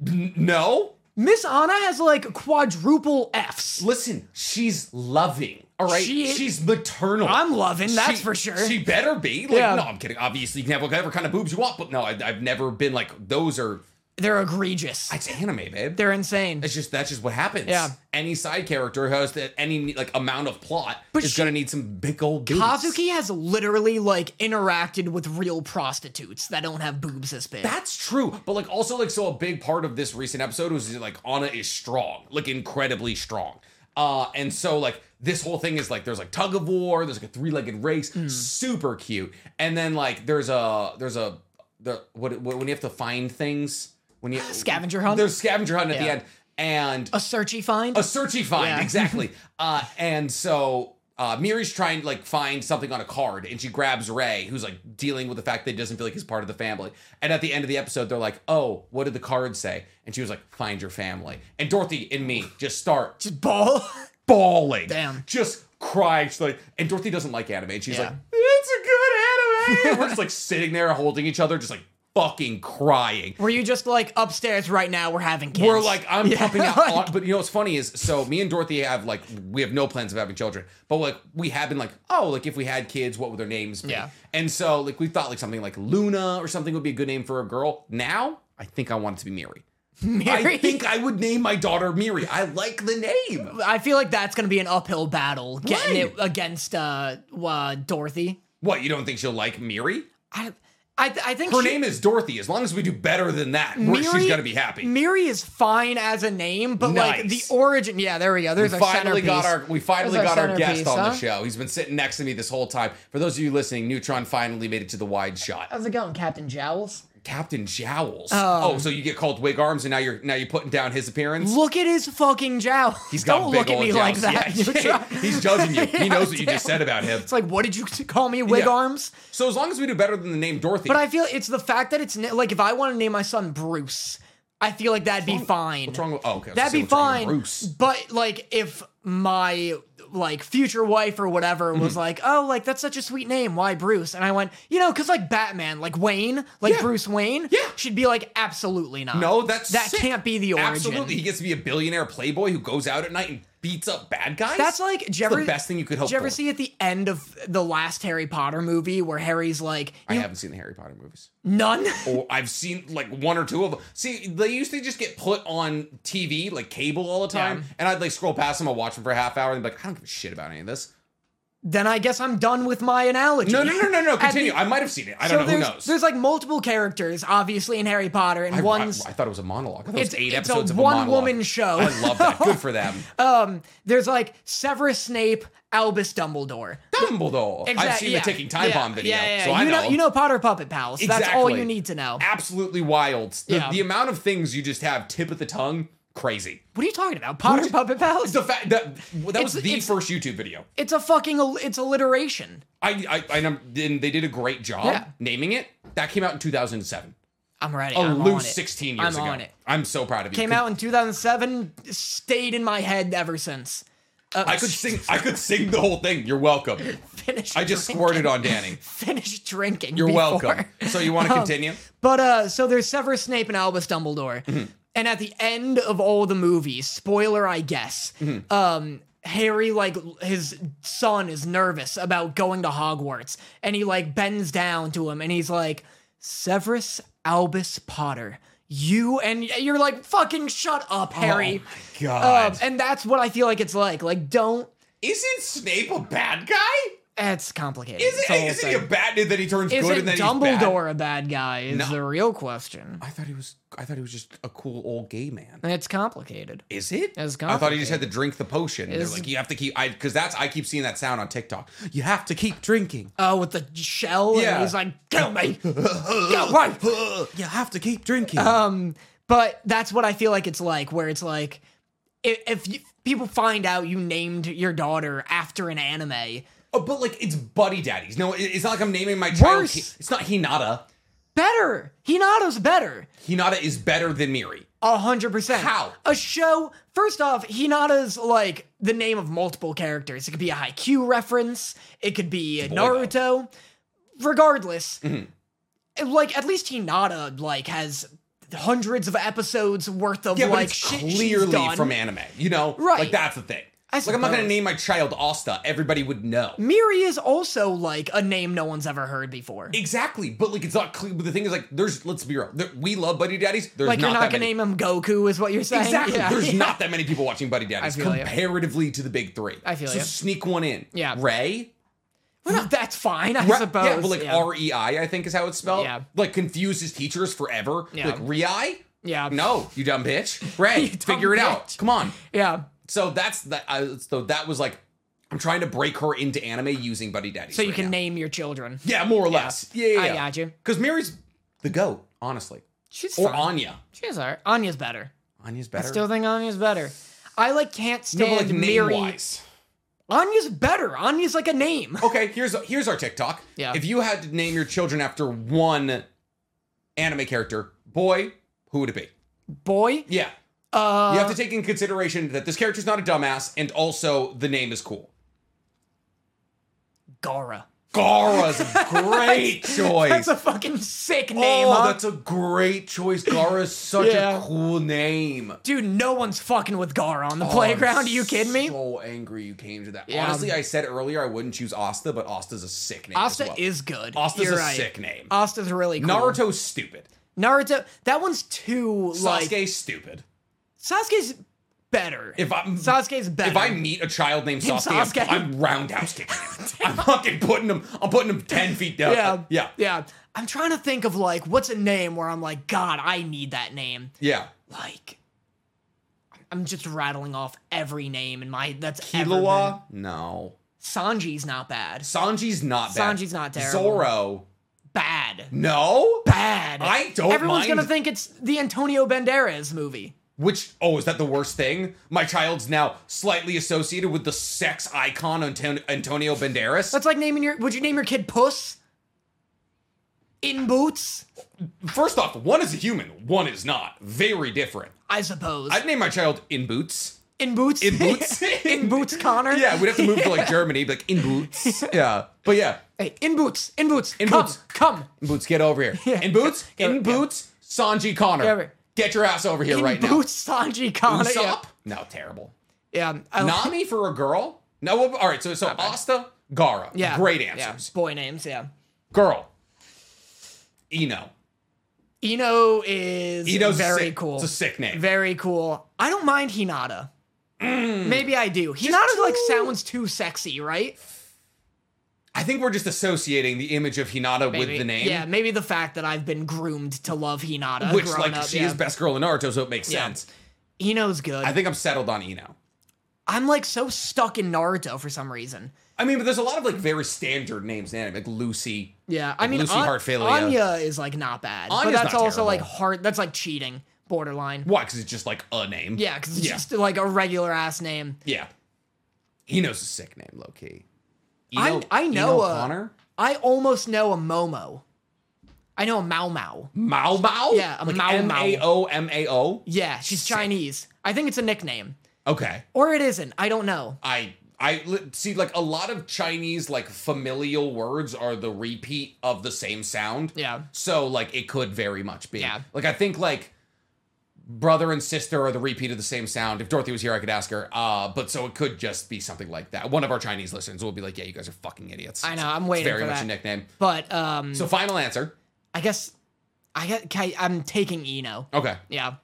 No,
Miss Anna has like quadruple F's.
Listen, she's loving. All right,
She is-
she's maternal.
I'm loving, that's
She-
for sure.
She better be. Like,
Yeah.
no, I'm kidding. Obviously, you can have whatever kind of boobs you want, but no, I, I've never been like those are
They're egregious.
It's anime, babe.
They're insane.
It's just that's just what happens.
Yeah.
Any side character who has that any like amount of plot
But
is
she-
gonna need some big old dudes.
Kazuki has literally like interacted with real prostitutes that don't have boobs this big.
That's true. But like also like so a big part of this recent episode was like Anna is strong, like incredibly strong. Uh and so like this whole thing is like there's like tug of war, there's like a three-legged race,
Mm.
super cute. And then like there's a there's a the what, what when you have to find things when you
Scavenger hunt?
There's scavenger hunt at the
Yeah.
end. And
a searchy find.
a searchy find
Yeah.
exactly uh and so uh miri's trying to like find something on a card and she grabs ray who's like dealing with the fact that he doesn't feel like he's part of the family and at the end of the episode they're like oh what did the card say and she was like find your family and dorothy and me just start
Just ball.
bawling
Damn.
just crying she's like and dorothy doesn't like anime and she's
Yeah.
like it's a good anime And we're just like sitting there holding each other just like fucking crying
Were you just like upstairs right now? We're having kids.
we're like, I'm pumping out. on- but you know what's funny is, so me and Dorothy have like, we have no plans of having children, but like we have been like, oh, like if we had kids, what would their names be?
Yeah.
And so like we thought like something like Luna or something would be a good name for a girl. Now I think I want it to be Miri.
Mary.
I think I would name my daughter Miri. I like the name.
I feel like that's gonna be an uphill battle getting
Right.
it against uh, uh Dorothy.
What you don't think she'll like Miri?
I I, I think
Her
she-
name is Dorothy. As long as we do better than that, we're- she's
Miri-
gonna be happy.
Miri is fine as a name, but like the
Nice.
origin. Yeah, there we go. There's
we
our
finally
centerpiece.
got our we finally
There's our
got our guest
centerpiece,
on
huh?
the show. He's been sitting next to me this whole time. For those of you listening, Neutron finally made it to the wide shot.
How's it going, Captain Jowls?
Captain Jowls. oh, so you get called Wig Arms, and now you're now you're putting down his appearance.
Look at his fucking jowl.
He's got
Don't
big
look at
old
me
jowls.
like that.
Yeah,
You're trying-
he's judging you. He
Yeah,
knows what you just
damn.
said about him.
It's like, what did you call me? Wig
Yeah.
arms?
So as long as we do better than the name Dorothy,
But I feel it's the fact that it's na- like if I want to name my son Bruce, I feel like that'd be fine.
what's wrong with? Oh, okay. I was
That'd
gonna
be
say, what's wrong with
fine.
Bruce.
But like if my like future wife or whatever was
Mm-hmm.
like, "Oh, like that's such a sweet name. Why Bruce?" And I went, "You know, cuz like Batman, like Wayne, like
Yeah.
Bruce Wayne."
Yeah.
She'd be like, "Absolutely not."
No, that's
That
sick.
can't be the origin.
Absolutely, he gets to be a billionaire playboy who goes out at night and beats up bad guys.
That's like did you
the
ever-
best thing you could hope
Did you ever
for.
see at the end of the last Harry Potter movie where Harry's like,
I
"You-
haven't seen the Harry Potter movies.
"None."
or I've seen like one or two of them. See, they used to just get put on TV, like cable all the time,
Yeah.
and I'd like scroll past them, I'd watch them for a half hour, and be like, I don't give a shit about any of this.
then I guess I'm done with my analogy.
No, no, no, no, no.
At the-
Continue. I might have seen it. I don't know. Who
there's,
knows?
There's like multiple characters, obviously, in Harry Potter, and
I,
one's
I, I thought it was a monologue. I thought it was
It's-
eight
it's a
episodes of a monologue.
one-woman show.
I love that. Good for them.
um, there's like Severus Snape, Albus Dumbledore.
Dumbledore. I've
Exact-
seen
yeah,
the Ticking Time
yeah,
Bomb video,
yeah, yeah,
so
you
I know.
you know Potter puppet pals. That's all
Exactly.
you need to know.
Absolutely wild. The,
Yeah.
the amount of things you just have tip of the tongue, crazy.
What are you talking about? Potter puppet pals?
The fact that that was
It's-
the
it's-
first YouTube video.
it's a fucking al- it's alliteration.
I, I, I num- and they did a great job
Yeah.
naming it. That came out in 2007.
I'm ready.
A
I'm on it.
loose 16 years
I'm
ago.
on it.
I'm so proud of you.
Came
Could-
out in 2007. Stayed in my head ever since. Uh,
I could sing. I could sing the whole thing. You're welcome.
Finish.
I just
drinking.
squirted on Danny.
Finish drinking.
You're
before. Um,
welcome. So you want to continue? Mm-hmm.
But uh, so there's Severus Snape and Albus Dumbledore, and at the end of all the movies, spoiler, I guess,
Mm-hmm.
um, Harry like l- his son is nervous about going to Hogwarts, and he like bends down to him, and he's like, Severus Albus Potter, you and you're like, fucking shut up, Harry.
Oh my god.
um, and that's what I feel like it's like. Like, don't.
isn't Snape a bad guy?
It's complicated.
Isn't,
It's a whole
isn't he
thing.
a bad dude that he turns good
Isn't
and then he's bad?
Dumbledore a bad guy? Is
No.
the real question.
I thought he was. I thought he was just a cool old gay man.
It's complicated.
Is it?
It's
I thought he just had to drink the potion. They're
Is-
like, you have to keep. I because that's. I keep seeing that sound on TikTok. You have to keep drinking.
Oh, with the shell.
Yeah.
And he's like, kill me.
Go Uh,
away.
You have to keep drinking.
um, but that's what I feel like it's like, where it's like, if, if you, people find out you named your daughter after an anime,
Oh, but like it's buddy daddies. No, it- it's not like I'm naming my child.
Worse.
Ki- It's not Hinata.
better. Hinata's better.
Hinata is better than Miri.
A hundred percent.
How?
A show. First off, Hinata's like the name of multiple characters. It could be a Haikyuu reference. It could be a
Boy,
Naruto. Regardless,
Mm-hmm.
like at least Hinata like has hundreds of episodes worth of
Yeah,
like
but it's
shit she's
clearly
done.
from anime. You know,
Right.
Like that's the thing.
I
Like I'm not gonna
suppose.
name my child Asta. Everybody would know.
Miri is also like a name no one's ever heard before.
Exactly, but like it's not clear. But the thing is, like, there's let's be real. There, we love Buddy Daddies. There's
like
not
you're not
that many.
gonna name him Goku, is what you're saying.
exactly.
Yeah,
there's
yeah.
not that many people watching Buddy Daddies
I feel you.
comparatively to the big three.
I feel
so
you.
sneak one in.
Yeah.
Ray.
Well, that's fine, I
Re-
suppose.
Yeah, but like
yeah.
R E I, I think is how it's spelled.
Yeah.
Like confuses teachers forever.
Yeah.
Like Rei.
yeah.
No, you dumb bitch. Ray,
dumb
figure it out.
bitch.
Come on.
Yeah.
So that's that. I, so that was like, I'm trying to break her into anime using Buddy Daddies.
So you
right
can
now.
name your children.
Yeah, more or less. Yeah, yeah.
I got you.
Because Miri's the goat, honestly,
She's
or
fine.
Anya.
She's alright. Anya's better.
Anya's better.
Still think Anya's better. I like can't
no, but
stand
like name
Miri.
wise.
Anya's better. Anya's like a name.
Okay, here's here's our TikTok.
Yeah.
If you had to name your children after one anime character, boy, who would it be?
Boy.
Yeah.
Uh
You have to take in consideration that this character's not a dumbass, and also the name is cool.
Gara.
Gara's a great choice.
That's a fucking sick name,
oh,
huh?
that's a great choice. Gara's such
Yeah.
a cool name.
Dude, no one's fucking with Gara on the
Oh,
playground.
I'm
Are you kidding me?
So angry you came to that.
Yeah.
Honestly, I said earlier I wouldn't choose Asta, but Asta's a sick name. as
Asta
well.
is good.
Asta's
You're
a
right.
sick name.
Asta's really cool.
Naruto's stupid.
Naruto. That one's too
Sasuke's
like
stupid.
Sasuke's better.
If I'm
Sasuke's better.
if I meet a child named Sasuke,
Sasuke.
I'm, I'm roundhouse kicking him. I'm fucking putting him. I'm putting him ten feet down.
yeah,
yeah,
yeah. I'm trying to think of like what's a name where I'm like, God, I need that name.
yeah.
Like, I'm just rattling off every name in my that's ever been-
Killua, no.
Sanji's not bad.
Sanji's not bad.
Sanji's not terrible.
Zoro,
Bad.
no.
Bad.
I don't
Everyone's
mind-
gonna think it's the Antonio Banderas movie.
Which oh, is that the worst thing? My child's now slightly associated with the sex icon Anton- Antonio Banderas.
That's like naming your. Would you name your kid Puss? In boots,
First off, one is a human, one is not. Very different.
I suppose.
I'd name my child in boots.
in boots.
In boots.
in boots, Connor.
Yeah, we'd have to move to like Germany, be like in boots. Yeah, but yeah,
Hey, in boots, in boots,
In
come,
boots.
come.
in boots, get over here.
Yeah.
In boots,
Yeah,
in
yeah.
boots, Sanji Connor,
Yeah, right.
get your ass over here
In
right
boots, Sanji
now.
Kana.
Usopp? No, terrible.
Yeah, yeah. Oh, I like-
Nami for a girl? No. well, All right, so so Asta, Gara.
yeah.
great
yeah,
answers.
Boy names, yeah.
Girl, Eno.
Eno is
Eno's a
very
sick-
cool.
It's a sick name.
Very cool. I don't mind Hinata. Maybe I do. Hinata like
Mm. too-
sounds too sexy, right?
I think we're just associating the image of Hinata with
Maybe-
the name.
Yeah, maybe the fact that I've been groomed to love Hinata.
Which,
growing
like,
up,
she
yeah.
is best girl in Naruto, so it makes
Yeah.
sense.
Eno's good.
I think I'm settled on Eno.
I'm like so stuck in Naruto for some reason.
I mean, but there's a lot of like very standard names in anime, like Lucy.
Yeah, I mean,
Lucy
An-
Hartfilia.
Anya is like not bad, but
Anya's
that's
not
also
terrible.
like hard. That's like cheating, borderline.
Why? Because it's just like a name.
Yeah, because it's
Yeah.
just like a regular ass name.
Yeah. Eno's a sick name, low key.
I- I know,
Eno
uh,
Connor?
I almost know a Momo. I know a Mao Mao.
Mao Mao?
Yeah, a Mao Mao.
M-A-O, M-A-O?
Yeah, she's Chinese. I think it's a nickname,
Okay.
or it isn't. I don't know.
I I li- see like a lot of Chinese like familial words are the repeat of the same sound.
Yeah.
So like it could very much be.
Yeah.
Like I think like brother and sister are the repeat of the same sound. If Dorothy was here, I could ask her. Uh, but so it could just be something like that. One of our Chinese listeners will be like, "Yeah, you guys are fucking idiots."
I know, I'm
It's
waiting
very
for
much
that.
a nickname.
But um,
So final answer.
I guess I got. I, I'm taking Eno.
Okay.
Yeah.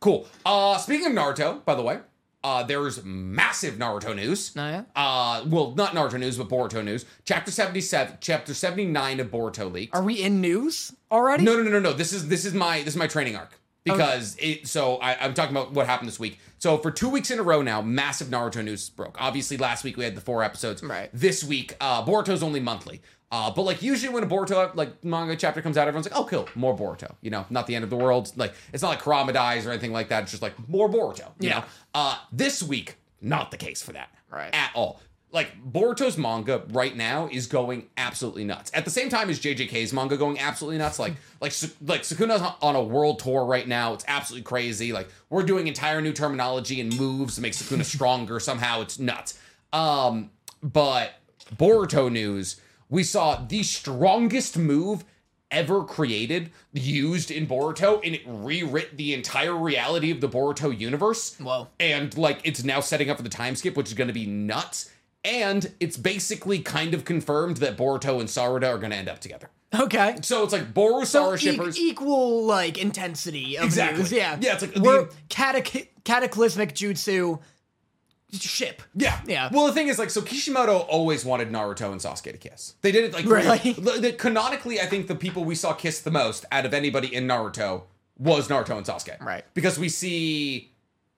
Cool. Uh, speaking of Naruto, by the way, uh, there's massive Naruto news.
No. Yeah?
uh well not Naruto news but Boruto news chapter 77 chapter 79 of Boruto leaked
Are we in news already?
no no no no no this is this is my this is my training arc because it so I, I'm talking about what happened this week so for two weeks in a row now massive Naruto news broke obviously last week we had the four episodes
Right.
this week uh Boruto's only monthly uh but like usually when a Boruto like manga chapter comes out everyone's like oh cool more Boruto you know not the end of the world like it's not like Kurama dies or anything like that it's just like more Boruto you
Yeah.
know uh this week not the case for that
Right.
at all. Like Boruto's manga right now is going absolutely nuts. At the same time as JJK's manga going absolutely nuts. Like like Su- like Sukuna's on a world tour right now. It's absolutely crazy. Like we're doing entire new terminology and moves to make Sukuna stronger somehow. It's nuts. Um but Boruto news, we saw the strongest move ever created used in Boruto, and it rewrit the entire reality of the Boruto universe.
Whoa.
And like it's now setting up for the time skip, which is going to be nuts. And it's basically kind of confirmed that Boruto and Sarada are going to end up together.
Okay.
So it's like Boru
So
Sarah
e-
shippers.
equal like intensity of
Exactly.
news. Yeah.
Yeah, it's like
we're
the-
catac- cataclysmic jutsu ship.
Yeah.
Yeah.
Well, the thing is, like, so Kishimoto always wanted Naruto and Sasuke to kiss. They did it, like,
Really?
the- the- canonically, I think the people we saw kiss the most out of anybody in Naruto was Naruto and Sasuke.
Right.
Because we see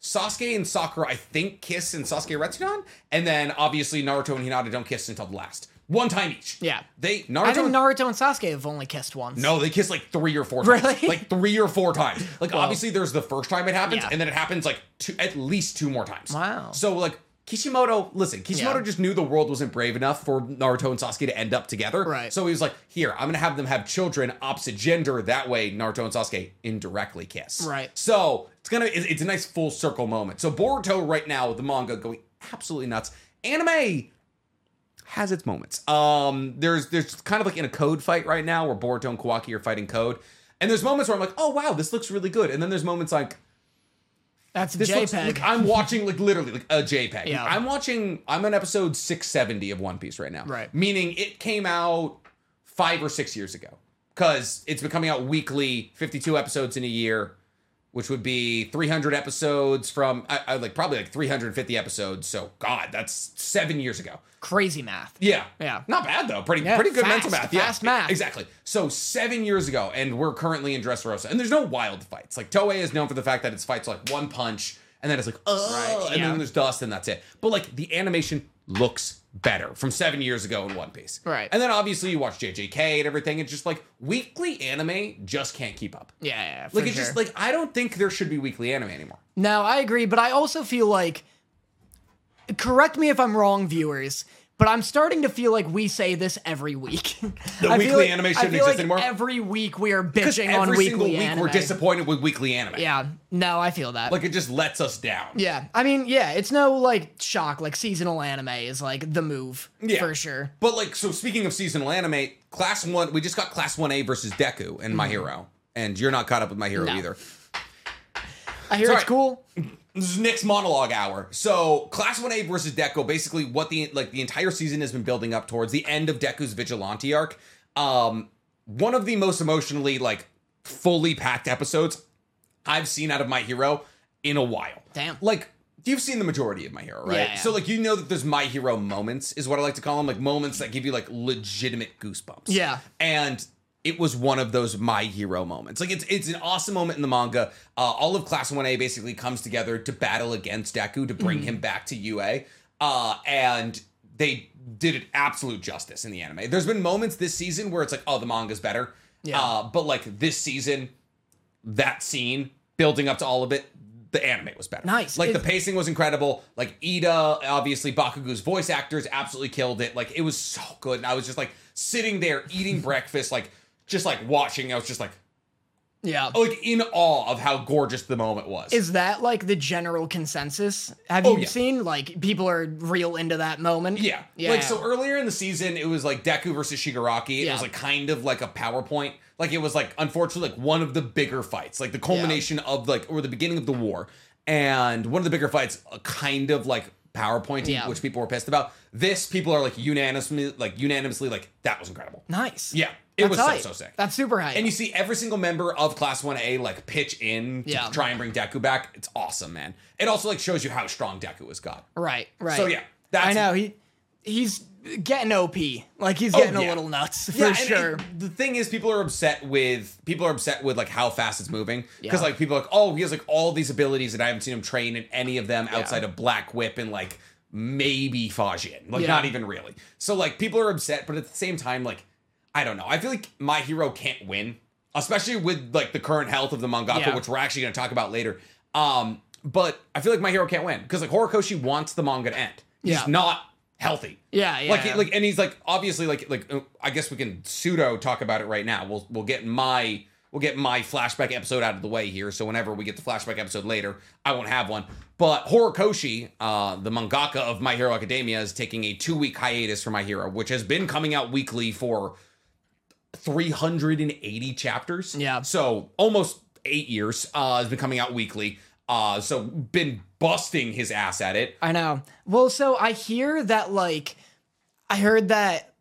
Sasuke and Sakura, I think, kiss in Sasuke Retsunan, and then obviously Naruto and Hinata don't kiss until the last. One time each.
Yeah.
They,
I
Naruto.
think
and-
Naruto and Sasuke have only kissed once.
no, they kiss like three or four
Really?
times. Like three or four times. Like obviously there's the first time it happens,
Yeah.
and then it happens like two at least two more times.
Wow.
So like Kishimoto, listen, Kishimoto
Yeah.
just knew the world wasn't brave enough for Naruto and Sasuke to end up together.
Right.
So he was like, here, I'm gonna have them have children opposite gender. That way Naruto and Sasuke indirectly kiss.
Right.
So it's gonna it- it's a nice full circle moment. So Boruto right now, the manga going absolutely nuts. Anime has its moments. Um, there's there's kind of like in a code fight right now where Boruto and Kawaki are fighting code, and there's moments where I'm like, oh wow, this looks really good, and then there's moments like
That's
this looks
JPEG.
like I'm watching like literally like a JPEG.
Yeah.
I'm watching I'm on episode 670 of One Piece right now.
Right.
Meaning it came out five or six years ago because it's been coming out weekly, 52 episodes in a year, which would be 300 episodes from I, I like probably like 350 episodes. So God, that's seven years ago.
Crazy math.
Yeah.
Yeah.
Not bad though. Pretty
Yeah,
pretty good
fast,
mental math. Yeah.
fast math.
Exactly. So seven years ago, and we're currently in Dressrosa, and there's no wild fights. Like Toei is known for the fact that its fights are like one punch, and then it's like oh,
Right,
and
yeah.
then there's dust, and that's it. But like the animation looks better from seven years ago in One Piece.
Right.
And then obviously you watch JJK and everything. It's just like weekly anime just can't keep up.
Yeah, yeah, yeah, for
Like it's
sure.
just like I don't think there should be weekly anime anymore.
No, I agree, but I also feel like correct me if I'm wrong, viewers, but I'm starting to feel like we say this every week. The
weekly anime shouldn't
I feel
exist
like
anymore?
Every week we are
Because
bitching
every
on weekly
single week
anime.
we're disappointed with weekly anime.
yeah, no, I feel that.
Like it just lets us down.
yeah, I mean, yeah, it's no like shock. Like seasonal anime is like the move
Yeah.
for sure.
But like, so speaking of seasonal anime, class one, we just got class one A versus Deku and My Hero, and you're not caught up with My Hero
Mm-hmm. No.
either.
I hear it's
alright.
cool.
This is Nick's monologue hour. So class one A versus Deku, basically what the like the entire season has been building up towards the end of Deku's vigilante arc. Um, one of the most emotionally like fully packed episodes I've seen out of My Hero in a while.
Damn.
Like. You've seen the majority of My Hero, right?
Yeah, yeah.
So, like, you know that there's My Hero moments, is what I like to call them, like moments that give you like legitimate goosebumps.
Yeah.
and it was one of those my hero moments. Like it's it's an awesome moment in the manga. Uh, all of Class One A basically comes together to battle against Deku to
Mm-hmm.
bring him back to UA, uh, and they did it absolute justice in the anime. There's been moments this season where it's like, oh, the manga's better.
Yeah.
Uh, but like this season, that scene building up to all of it, the anime was better.
Nice.
Like the
It's-
pacing was incredible. Like Ida, obviously Bakugu's voice actors absolutely killed it. Like it was so good, and I was just like sitting there eating breakfast, like just like watching. I was just like
Yeah.
like in awe of how gorgeous the moment was.
Is that like the general consensus? Have
Oh,
you
yeah.
seen like people are real into that moment?
Yeah.
yeah.
Like so er earlier in the season, it was like Deku versus Shigaraki. It
Yeah.
was like kind of like a PowerPoint. Like it was like unfortunately like one of the bigger fights, like the culmination of like or the beginning of the war, and one of the bigger fights, uh, kind of like PowerPointing,
Yeah.
which people were pissed about. This people are like unanimously like unanimously like that was incredible.
nice.
Yeah, it
That's
was
hype.
so so sick.
That's super hype.
And you see every single member of Class 1A like pitch in to
Yeah.
try and bring Deku back. It's awesome, man. It also like shows you how strong Deku is God.
Right, right.
So, yeah, that's-
I know he he's getting OP. Like he's getting a
Oh, yeah.
little nuts for
Yeah, and
sure.
it- the thing is, people are upset with people are upset with like how fast it's moving because
Yeah.
like people are like, oh, he has like all these abilities and I haven't seen him train in any of them outside of Black Whip and like maybe Fajin, like
Yeah.
not even really. So like people are upset, but at the same time, like I don't know. I feel like my hero can't win, especially with like the current health of the mangaka,
Yeah.
which we're actually going to talk about later. Um, but I feel like my hero can't win because like Horikoshi wants the manga to end. He's
Yeah.
not healthy.
yeah, yeah.
Like, like, and he's like, obviously, like, like, uh, I guess we can pseudo talk about it right now. We'll, we'll get my, we'll get my flashback episode out of the way here. So whenever we get the flashback episode later, I won't have one. But Horikoshi, uh, the mangaka of My Hero Academia, is taking a two week hiatus from My Hero, which has been coming out weekly for 380 chapters.
Yeah.
So almost eight years. Uh, has been coming out weekly. Uh, so been busting his ass at it.
I know. Well, so I hear that like I heard that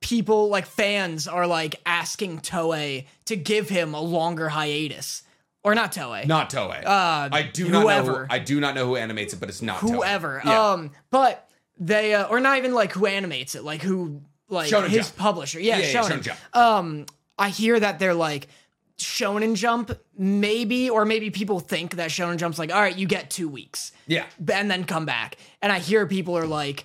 people like fans are like asking Toei to give him a longer hiatus. Or not Toei.
Not Toei.
Uh,
I do not know. Who,
whoever.
I do not know who animates it, but it's not Toei.
whoever.
Yeah.
Um but they uh, or not even like who animates it, like who like
Shonen
his
Jump.
publisher. Yeah,
yeah, yeah,
Shonen.
Shonen Jump.
Um I hear that they're like Shonen Jump maybe or maybe people think that Shonen Jump's like, "All right, you get 2 weeks."
yeah.
and then come back. And I hear people are like,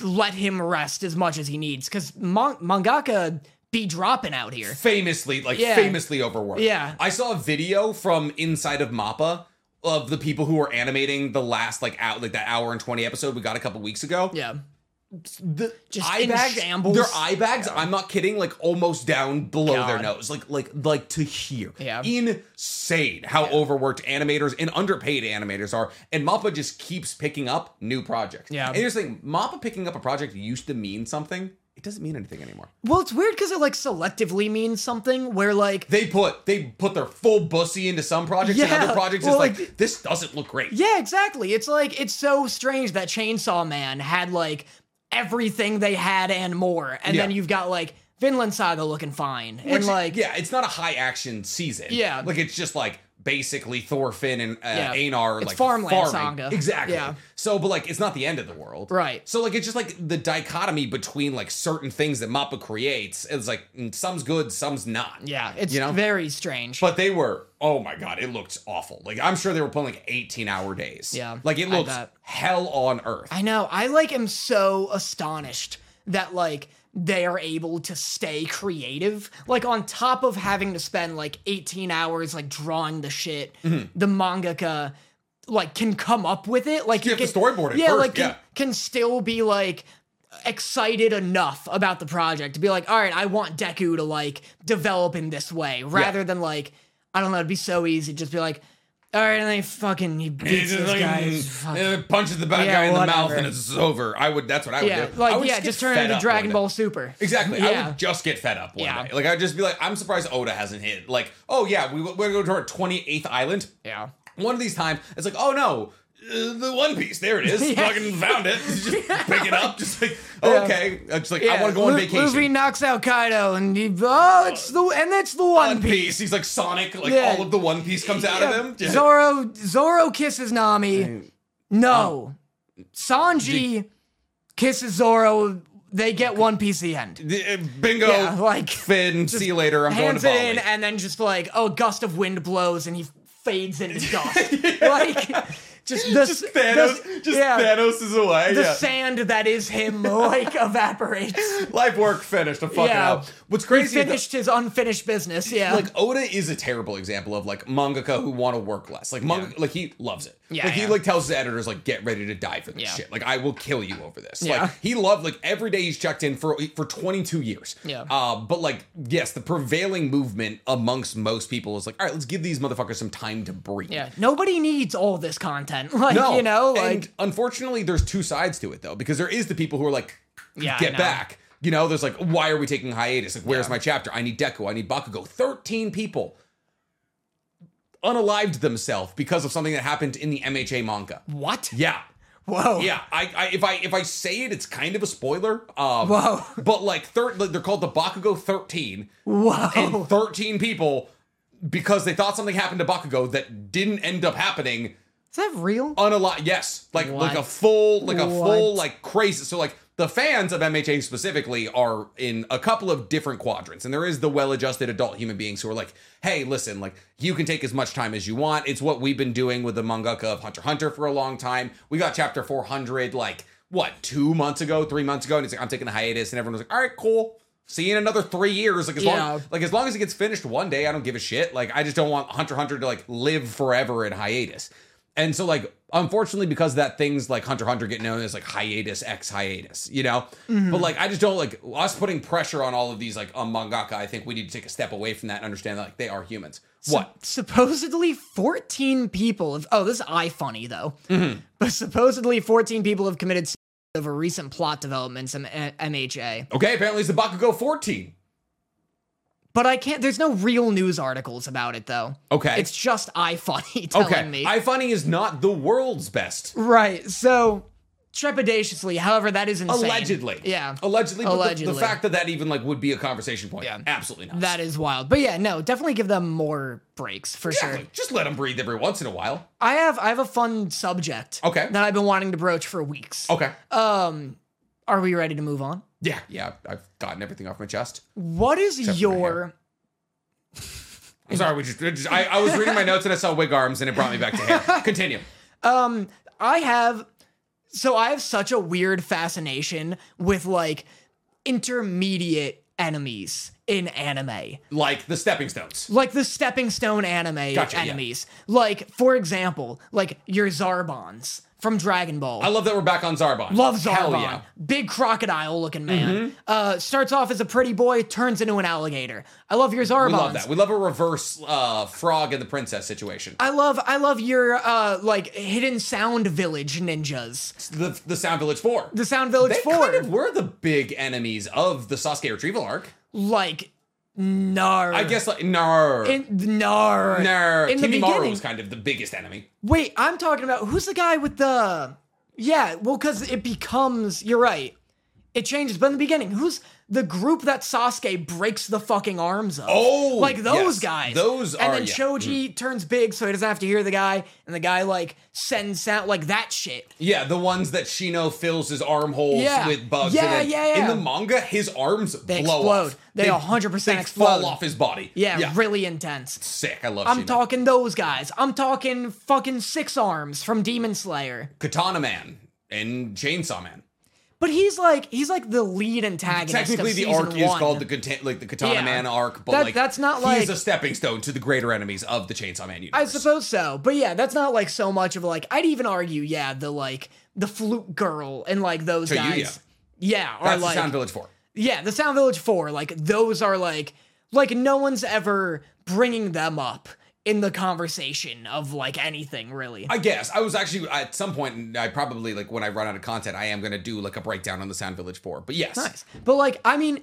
let him rest as much as he needs because mon- mangaka be dropping out here.
famously like
Yeah.
famously overworked.
Yeah.
I saw a video from inside of Mappa of the people who were animating the last like out like that hour and 20 episode we got a couple weeks ago.
Yeah,
The
Just in shambles.
Their eye bags, I'm not kidding, like almost down below their
God.
nose. Like like like to here.
Yeah.
Insane how overworked animators and underpaid animators are. And Mappa just keeps picking up new projects.
Yeah.
And here's the thing, Mappa picking up a project used to mean something. It doesn't mean anything anymore.
well, it's weird because it like selectively means something where like
they put they put their full bussy into some projects and
Yeah,
other projects
well,
it's like,
like-
this doesn't look great.
yeah, exactly. It's like it's so strange that Chainsaw Man had like everything they had and more, and then
Yeah.
you've got like Vinland Saga looking fine,
Which-
and like
yeah, it's not a high action season.
Yeah.
like it's just like basically Thorfinn and uh,
Yeah.
Einar are,
It's
like
farmland
farming.
saga.
Exactly.
Yeah.
So, but like it's not the end of the world,
Right.
So, like it's just like the dichotomy between like certain things that Mappa creates. It's like mm, some's good, some's not.
yeah, it's
You know?
very strange.
But they were, oh my god, it looked awful. Like I'm sure they were pulling like 18 hour days.
Yeah,
like it
I
looks
bet.
hell on earth.
I know. I like am so astonished that like they are able to stay creative. Like on top of having to spend like 18 hours like drawing the shit,
Mm-hmm.
the mangaka like can come up with it. Like
You
he
have to
can-
storyboard it
Yeah,
first,
like can,
yeah.
can still be like excited enough about the project to be like, all right, I want Deku to like develop in this way, rather than like, I don't know, it'd be so easy to just be like, all right, and they fucking he beats
It's
this
like,
guy.
mm,
It's fucking-
uh, punches the bad
Yeah,
guy in the mouth
whatever.
and it's over. I would. That's what I would
Yeah,
do. I
like
would
yeah, just,
get
turn
fed
it into
up
Dragon
one
Ball
day.
Super.
Exactly. I
Yeah.
would just get fed up one
Yeah.
day. Like I'd just be like, I'm surprised Oda hasn't hit. Like, oh yeah, we, we're gonna go to our 28th island.
yeah.
One of these times, it's like, oh no. Uh, the One Piece, there it is.
Yeah.
Fucking found it. Just pick it up. Just like okay. I'm Just like I want to go on
Lu-
vacation.
Luffy knocks out Kaido, and he, oh, it's the and it's the One
One
Piece.
Piece. He's like Sonic. Like
Yeah.
all of the One Piece comes out
Yeah.
of him. Yeah.
Zoro Zoro kisses Nami. no, Sanji kisses Zoro. They get One Piece the end.
The- uh, bingo.
Yeah, like
Finn. See you later. I'm going to
hands it in,
Bali.
and then just like oh, a gust of wind blows, and he fades into dust. Like just the
just Thanos, just Thanos is away.
the
yeah.
sand that is him like evaporates.
Life work finished. I'm fucking
Yeah.
up. What's crazy?
he
is that,
finished his unfinished business. Yeah,
Like Oda is a terrible example of like mangaka who want to work less. Like manga, like he loves it.
Yeah,
like he
yeah.
like tells his editors like get ready to die for this
Yeah.
shit. Like I will kill you over this.
Yeah.
Like he loved like every day he's checked in for for 22 years.
Yeah.
Uh, but like yes, the prevailing movement amongst most people is like all right, let's give these motherfuckers some time to breathe.
yeah. Nobody needs all this content. Like you know, like
and unfortunately, there's two sides to it though, because there is the people who are like,
Yeah, I
get
know.
back. You know, there's like, why are we taking hiatus? Like, where's
Yeah.
my chapter? I need Deku. I need Bakugo. Thirteen people unalived themselves because of something that happened in the MHA manga.
what?
Yeah.
Whoa.
Yeah, I, I if I if I say it, it's kind of a spoiler. Um,
Whoa.
But like, thir- like, they're called the Bakugo Thirteen,
Whoa.
and thirteen people because they thought something happened to Bakugo that didn't end up happening
is that real?
on a lot yes like like a
What?
full like a full
What?
like crazy so like the fans of mha specifically are in a couple of different quadrants and there is the well-adjusted adult human beings who are like hey listen like you can take as much time as you want it's what we've been doing with the mangaka of hunter x hunter for a long time we got chapter 400 like what two months ago three months ago and it's like i'm taking a hiatus and everyone was like all right cool See you in another three years. Like as
Yeah.
long like as long as it gets finished one day, I don't give a shit. Like I just don't want Hunter x Hunter to like live forever in hiatus. And so like unfortunately because of that things like Hunter x Hunter get known as like hiatus X hiatus, you know?
Mm-hmm.
But like I just don't like us putting pressure on all of these like um, mangaka, I think we need to take a step away from that and understand that like they are humans. What?
Supposedly 14 people have. Oh, this is iFunny, though. But supposedly 14 people have committed suicide over recent plot developments in uh, M- MHA.
Okay, apparently it's the Bakugo 14.
But I can't. There's no real news articles about it though.
Okay.
It's just iFunny telling
okay.
me.
iFunny is not the world's best.
right. So trepidatiously, however, that is insane.
Allegedly.
Yeah.
Allegedly. But the- The,
Allegedly.
fact that that even like would be a conversation point.
Yeah.
Absolutely not.
That is wild. But yeah, no, definitely give them more breaks for sure.
Exactly. Just let them breathe every once in a while.
I have I have a fun subject.
Okay. Oh.
That I've been wanting to broach for weeks.
Okay.
Um, are we ready to move on?
yeah. Yeah. I've gotten everything off my chest.
What is
for my
your
I'm sorry. We just, we just- I, I was reading my notes and I saw wig arms and it brought me back to hair. Continue.
um I have so I have such a weird fascination with like intermediate enemies in anime.
Like the stepping stones.
Like the stepping stone anime
Gotcha, yeah.
enemies. Like, for example, like your Zarbons from Dragon Ball.
I love that we're back on Zarbon.
Love
Hell
Zarbon.
yeah. Mm-hmm.
Big crocodile looking man. Uh, starts off as a pretty boy, turns into an alligator. I love your Zarbons.
We love that. We love a reverse uh, frog and the princess situation.
I love I love your uh like hidden sound village ninjas.
the the Sound Village Four.
The Sound Village
they
4
kind of were the big enemies of the Sasuke retrieval arc.
like nar.
I guess like no,
in nar.
no.
In the
Kimimaru
beginning.
was kind of the biggest enemy.
Wait, I'm talking about who's the guy with the Yeah, well cuz it becomes you're right. It changes, but in the beginning, who's the group that Sasuke breaks the fucking arms of?
Oh,
like those
yes.
guys.
Those
and
are-
then
yeah. Mm.
Choji turns big, so he doesn't have to hear the guy, and the guy like sends sound like that shit.
Yeah, the ones that Shino fills his armholes
Yeah.
with bugs.
Yeah,
and then
yeah, yeah.
In the manga, his arms
They
blow
explode.
off.
They 100%
they
explode.
fall off his body.
Yeah, really intense.
sick. I love.
I'm
Shino.
talking those guys. I'm talking fucking Six Arms from Demon Slayer.
Katana Man and Chainsaw Man.
But he's like he's like the lead antagonist. of
Technically, the
season
arc is
one.
called the Kata- like the Katana
Yeah.
Man arc, but
That-
like
that's not
he
like-
is a stepping stone to the greater enemies of the Chainsaw Man universe.
I suppose so. But yeah, that's not like so much of like I'd even argue, yeah, the like the flute girl and like those
Toyuya.
guys. Yeah, are
That's
like
the Sound Village Four.
Yeah, the Sound Village 4, like those are like like no one's ever bringing them up in the conversation of like anything really.
I guess I was actually at some point. I probably like when I run out of content, I am gonna do like a breakdown on the Sound Village Four. But yes,
Nice. But like, I mean,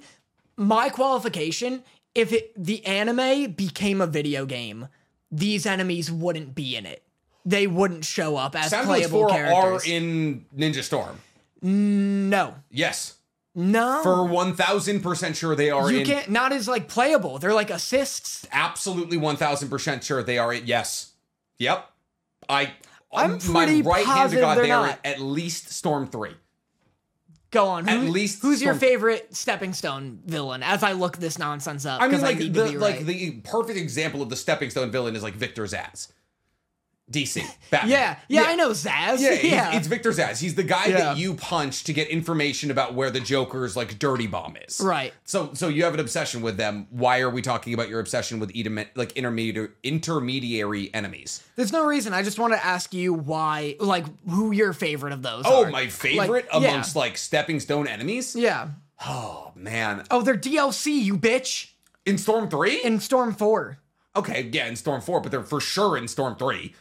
my qualification, if it, the anime became a video game, these enemies wouldn't be in it. They wouldn't show up as
Sound Village Four
playable characters.
are in Ninja Storm.
no.
Yes,
No.
for one thousand percent sure they are
you
in.
can't not as like playable. They're like assists.
Absolutely one thousand percent sure they are in. Yes, yep. I.
I'm
my
pretty
right hand to
positive
God.
they're
They are
not.
at least Storm Three.
Go on.
At
who-
least
who's your
Storm-
favorite stepping stone villain? As I look this nonsense up,
I mean,
'cause
like
need
the
to be
like
right.
the perfect example of the stepping stone villain is like Victor Zaz, DC Batman.
yeah, yeah, I know Zaz.
Yeah,
Yeah,
he's- it's Victor Zaz. He's the guy
Yeah.
that you punch to get information about where the Joker's like dirty bomb is.
Right.
So, so you have an obsession with them. Why are we talking about your obsession with edema- like intermediary intermediary enemies?
There's no reason. I just want to ask you why, like, who your favorite of those
Oh,
are.
my
Like,
favorite
yeah.
amongst like stepping stone enemies.
Yeah.
Oh man,
Oh, they're DLC, you bitch.
in Storm Three.
In Storm 4.
okay, yeah, in Storm Four, but they're for sure in Storm Three.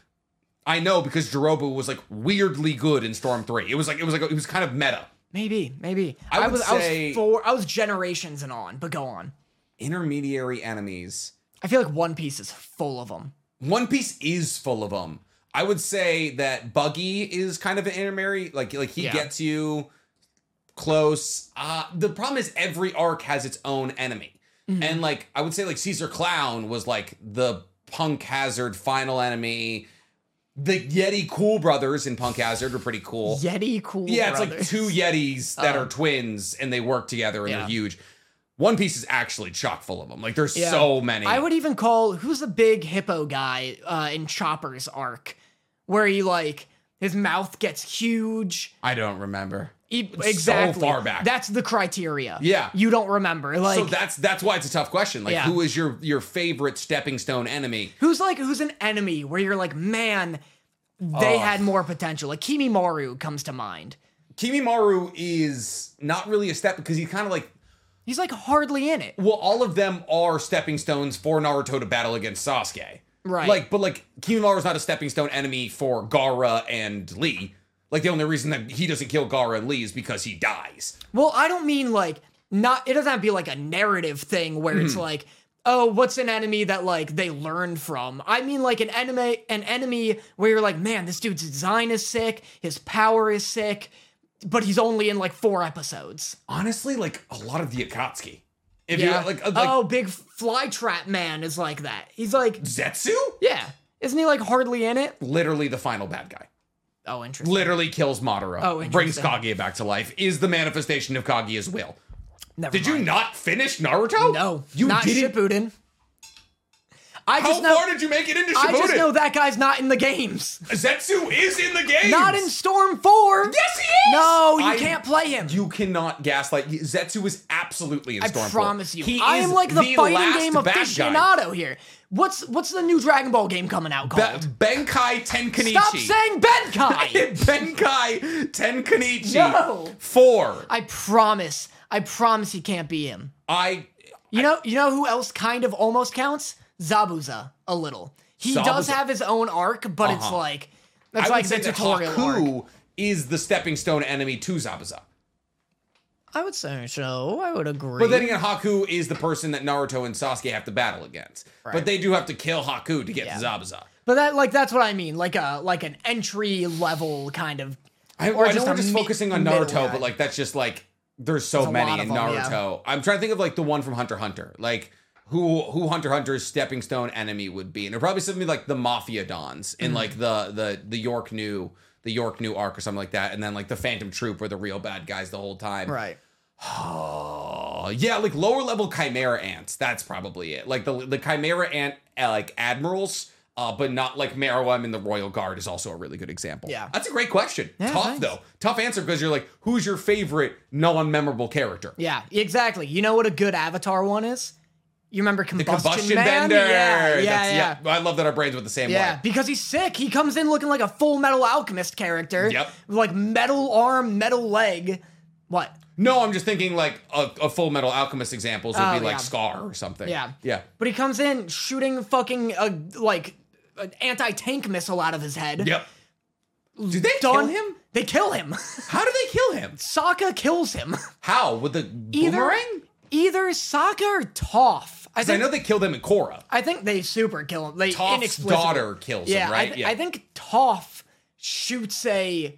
I know because Jirobu was like weirdly good in Storm Three. It was like it was like it was kind of meta.
Maybe, maybe.
I would
was I
say-
was four I was generations and on, but go on.
Intermediary enemies.
I feel like One Piece is full of them.
One Piece is full of them. I would say that Buggy is kind of an intermediary. Like like he
Yeah.
gets you close. Uh the problem is every arc has its own enemy.
Mm-hmm.
And like I would say like Caesar Clown was like the Punk Hazard final enemy. The Yeti Cool Brothers in Punk Hazard were pretty cool.
Yeti cool.
Yeah,
Brothers. Um,
it's like two Yetis that are twins and they work together and
Yeah.
they're huge. One Piece is actually chock full of them. Like there's
Yeah.
so many.
I would even call who's the big hippo guy uh in Chopper's arc where he like his mouth gets huge.
I don't remember.
He,
so
exactly.
far back.
That's the criteria.
Yeah.
You don't remember. Like
so that's that's why it's a tough question. Like
Yeah.
who is your your favorite stepping stone enemy?
Who's like who's an enemy where you're like, man, they
Ugh.
had more potential. Like Kimimaru comes to mind.
Kimimaru is not really a step because he's kind of like
He's like hardly in it.
well, all of them are stepping stones for Naruto to battle against Sasuke.
Right.
Like, but like Kimimaru is not a stepping stone enemy for Gara and Lee. Like the only reason that he doesn't kill Gara and Lee is because he dies. Hmm.
Well, I don't mean like not it doesn't have to be like a narrative thing where it's like oh, what's an enemy that like they learn from? I mean like an enemy an enemy where you're like, man, this dude's design is sick, his power is sick, but he's only in like four episodes.
Honestly, like a lot of the Akatsuki. If
Yeah.
you like, uh, like
oh, big fly trap man is like that. He's like,
Zetsu,
yeah. Isn't he like hardly in it?
literally the final bad guy.
Oh, interesting.
Literally kills Madara.
Oh, interesting.
brings Kaguya back to life. Is the manifestation of Kaguya's will.
Never
Did
mind.
you not finish Naruto?
No,
you
not
didn't.
Shippuden. I
How
just know.
far did you make it into Shippuden?
I just know that guy's not in the games.
Zetsu is in the game.
Not in Storm Four.
Yes, he is.
No, you
I-
can't play him.
You cannot gaslight. Zetsu is absolutely in
I
Stormfall.
promise you.
He
I
is
am like the,
last
fighting game
bad guy.
aficionado here. What's what's the new Dragon Ball game coming out
Be-
called?
Benkai Tenkanichi.
Stop saying Benkai.
Benkai Tenkanichi.
No.
Four.
I promise. I promise he can't be him.
I.
You know, you know who else kind of almost counts? Zabuza a little. He does
Zabuza.
have his own arc, but it's
Uh-huh.
like
I
that's
would
like
say
the
that
tutorial arc.
Haku is the stepping stone enemy to Zabuza.
I would say so. I would agree.
But then again, Haku is the person that Naruto and Sasuke have to battle against. But
Right.
they do have to kill Haku to get
Yeah.
to Zabuza.
But that like that's what I mean, like a like an entry level kind of.
I, I
Or
know
just
we're
a
just
mi-
focusing on
middle
Naruto,
guy.
but like that's just like there's so
a lot
many
of
in
them, yeah.
Naruto. I'm trying to think of like the one from Hunter x Hunter, like who who Hunter x Hunter's stepping stone enemy would be, and it probably something like the Mafia Dons in
Mm-hmm.
like the the the York New the York New arc or something like that, and then like the Phantom Troop were the real bad guys the whole time.
Right.
Oh yeah, like lower level Chimera ants. That's probably it. Like the the Chimera ant uh, like admirals. Uh, but not like Meruem in the Royal Guard is also a really good example.
Yeah.
That's a great question.
Yeah,
Tough
thanks.
though. Tough answer because you're like, who's your favorite non-memorable character?
Yeah, exactly. You know what a good Avatar one is? You remember
The
Combustion,
combustion
Man?
bender.
Yeah, yeah,
That's-
yeah.
I love that our brains went the same
Yeah,
way.
because he's sick. He comes in looking like a Full Metal Alchemist character.
Yep.
With, Like metal arm, metal leg. What?
No, I'm just thinking like a, a Full Metal Alchemist examples would
Oh,
be like
yeah.
Scar or something.
Yeah.
Yeah.
But he comes in shooting fucking a like an anti-tank missile out of his head.
Yep. Did they kill
Done
him?
They kill him.
How do they kill him?
Sokka kills him.
How? With the
Either-
boomerang?
Either Sokka or Toph. I
'Cause I
think
know they killed him in Korra.
I think they super kill him. They
Toph's
inexplicably-
daughter kills
Yeah,
him, right?
I, th- I think Toph shoots a.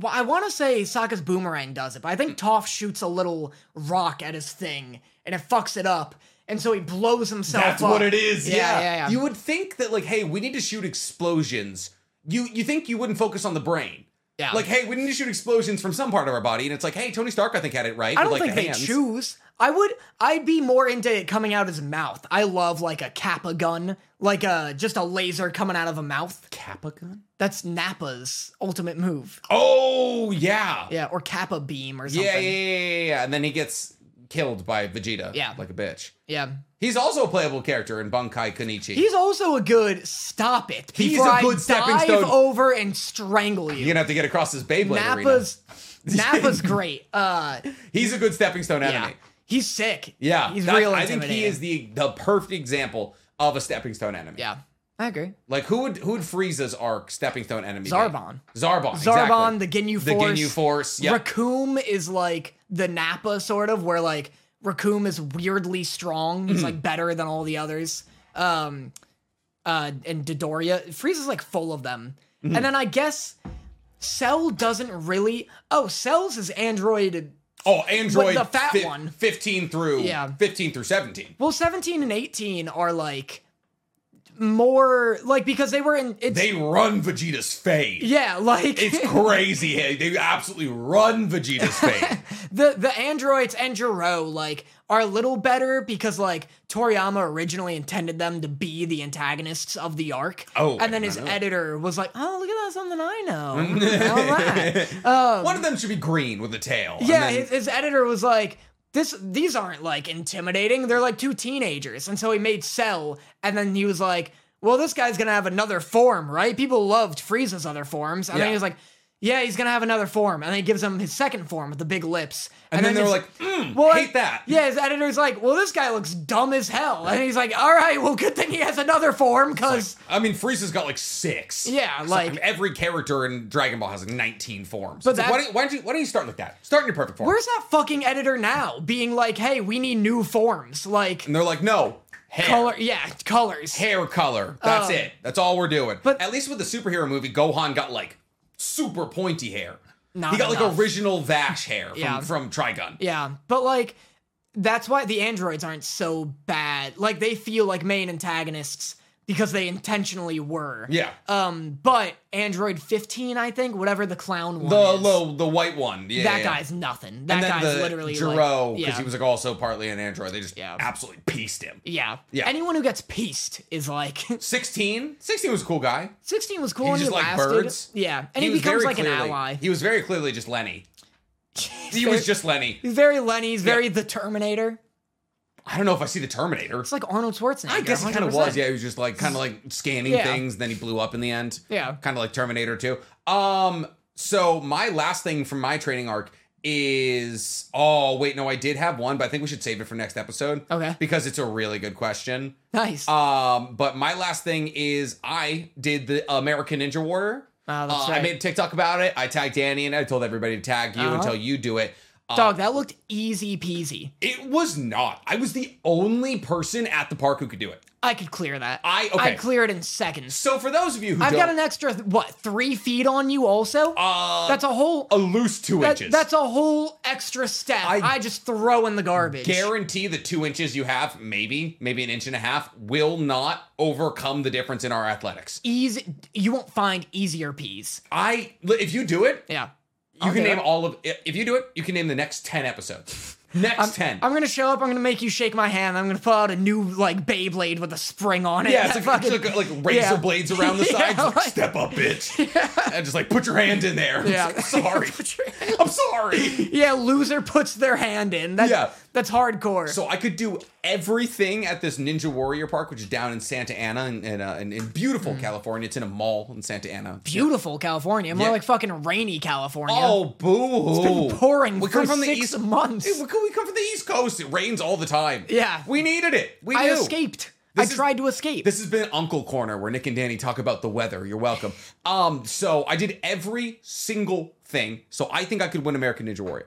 Well, I want to say Sokka's boomerang does it, but I think
Hmm.
Toph shoots a little rock at his thing, and it fucks it up, and so he blows himself.
That's
up.
what it is. Yeah.
yeah, yeah.
You would think that like, hey, we need to shoot explosions. You you think you wouldn't focus on the brain.
Yeah.
Like, hey, we need to shoot explosions from some part of our body, and it's like, hey, Tony Stark, I think had it right.
I
with,
don't
like,
think
the
they
hands.
choose. I would. I'd be more into it coming out his mouth. I love like a kappa gun, like a just a laser coming out of a mouth.
Kappa gun.
That's Nappa's ultimate move.
Oh yeah.
Yeah, or kappa beam or something.
Yeah, yeah, yeah, yeah, yeah. And then he gets killed by Vegeta.
Yeah.
Like a bitch.
yeah.
He's also a playable character in Bunkai Konichi.
He's also a good stop it.
He's
before
a
I
good stepping
dive
stone.
over and strangle
You're
you.
gonna have to get across his Beyblade arena.
Nappa's Nappa's great. Uh
He's a good stepping stone
yeah.
enemy.
He's sick.
Yeah,
He's
that's-
real
I think he
intimidating.
is the the perfect example of a stepping stone enemy.
Yeah. I agree.
Like who would who would Frieza's arc stepping stone enemy? be?
Zarbon.
Zarbon.
Zarbon,
exactly.
the Ginyu
the
Force.
Ginyu Force. Yeah.
Raccoon is like the Nappa sort of where like Raccoon is weirdly strong.
Mm-hmm.
He's like better than all the others. Um uh and Dodoria. Freeze is like full of them.
Mm-hmm.
And then I guess Cell doesn't really Oh, Cell's is Android
oh, Android.
With the fat one.
Fifteen through.
Yeah.
Fifteen through seventeen.
Well, 17 and 18 are like more like because they were in it's
They run Vegeta's fade.
yeah, like
It's crazy. hey, they absolutely run Vegeta's fade.
the the androids and Jiro like are a little better because like Toriyama originally intended them to be the antagonists of the arc.
Oh, I
and then
did
his
not know that.
editor was like, "Oh, look at that something I know." All right. Um,
one of them should be green with a tail. and
Yeah,
then-
his, his editor was like, "This, these aren't like intimidating. They're like two teenagers." And so he made Cell, and then he was like, "Well, this guy's gonna have another form, right? People loved Frieza's other forms." And
Yeah.
then he was like, "Yeah, he's gonna have another form," and then he gives him his second form with the big lips.
and, then,
his-
they're like, mm,
well,
hate that.
Yeah, his editor's like, "Well, this guy looks dumb as hell," and he's like, "All right, well, good thing he has another form, because."
I mean, Frieza's got like six.
Yeah,
It's
like-
every character in Dragon Ball has like 19 forms.
But
It's like,
that-
why, don't you, why don't you why don't you start like that? Start in your perfect form.
Where's that fucking editor now being like, hey, we need new forms? Like,
And they're like, no, Hair.
color. Yeah, colors.
Hair color. That's
Oh.
it. That's all we're doing.
But-
at least with the superhero movie, Gohan got like super pointy hair.
Not
he got like
enough.
original Vash hair from,
Yeah.
from Trigun.
Yeah, but like that's why the androids aren't so bad. Like they feel like main antagonists because they intentionally were.
Yeah.
Um, but Android 15, I think, whatever the clown one
the
is,
low, the white one. Yeah,
that
yeah.
guy's nothing. That
and then
guy's
the
literally
Jiro,
like,
because
yeah,
he was like also partly an android. They just
Yeah.
absolutely pieced him.
yeah,
Yeah.
Anyone who gets pieced is like
16? 16 was a cool guy.
16 was cool
He
and
just
he
liked
lasted.
birds.
Yeah, and he,
was very
becomes like an
clearly-
ally.
He was very clearly just Lenny. He
very-
was just Lenny.
He's very Lenny. He's very the Terminator.
I don't know if I see the Terminator.
It's like Arnold Schwarzenegger.
I guess he kind of
100%.
was. Yeah, he was just like kind of like scanning
Yeah.
things. Then he blew up in the end.
Yeah.
kind of like Terminator 2. Um, so my last thing from my training arc is oh wait no I did have one but I think we should save it for next episode.
Okay.
because it's a really good question.
Nice.
Um, but my last thing is I did the American Ninja Warrior.
Ah, that's
Uh, I
right.
made a TikTok about it. I tagged Danny and I told everybody to tag you
Uh-huh.
until you do it. Uh,
Dog, that looked easy peasy.
It was not. I was the only person at the park who could do it.
I could clear that.
I- okay.
I'd clear it in seconds.
So for those of you who
I've
don't,
got an extra th- what three feet on you also.
uh,
that's a whole.
a loose two
that-
inches.
that's a whole extra step.
I-
I, just throw in the garbage.
guarantee the two inches you have, maybe, maybe an inch and a half, will not overcome the difference in our athletics.
Easy. You won't find easier peas.
I, if you do it,
Yeah.
you
I'll
can
do
name
it.
all of. If you do it, you can name the next ten episodes. Next ten.
I'm gonna show up. I'm gonna make you shake my hand. I'm gonna pull out a new like Beyblade with a spring on it.
yeah, it's
That
like, it's like, like razor
yeah.
blades around the
Yeah,
sides. like,
right.
Step up, bitch! And just like put your hand in there. It's
Yeah.
like, I'm sorry. I'm sorry.
yeah, loser puts their hand in. That's,
Yeah.
that's hardcore.
So I could do everything at this Ninja Warrior Park, which is down in Santa Ana, in in, uh, in, in beautiful California. It's in a mall in Santa Ana.
Hmm. Beautiful California, more
Yeah.
like fucking rainy California.
Oh, boo! It's
pouring
We
for
come from the
six
east.
months.
We come we come from the east coast. It rains all the time.
Yeah.
we needed it. We
I
knew.
escaped.
This
I
is-
tried to escape.
This has been Uncle Corner, where Nick and Danny talk about the weather. You're welcome. Um, so I did every single thing. So I think I could win American Ninja Warrior.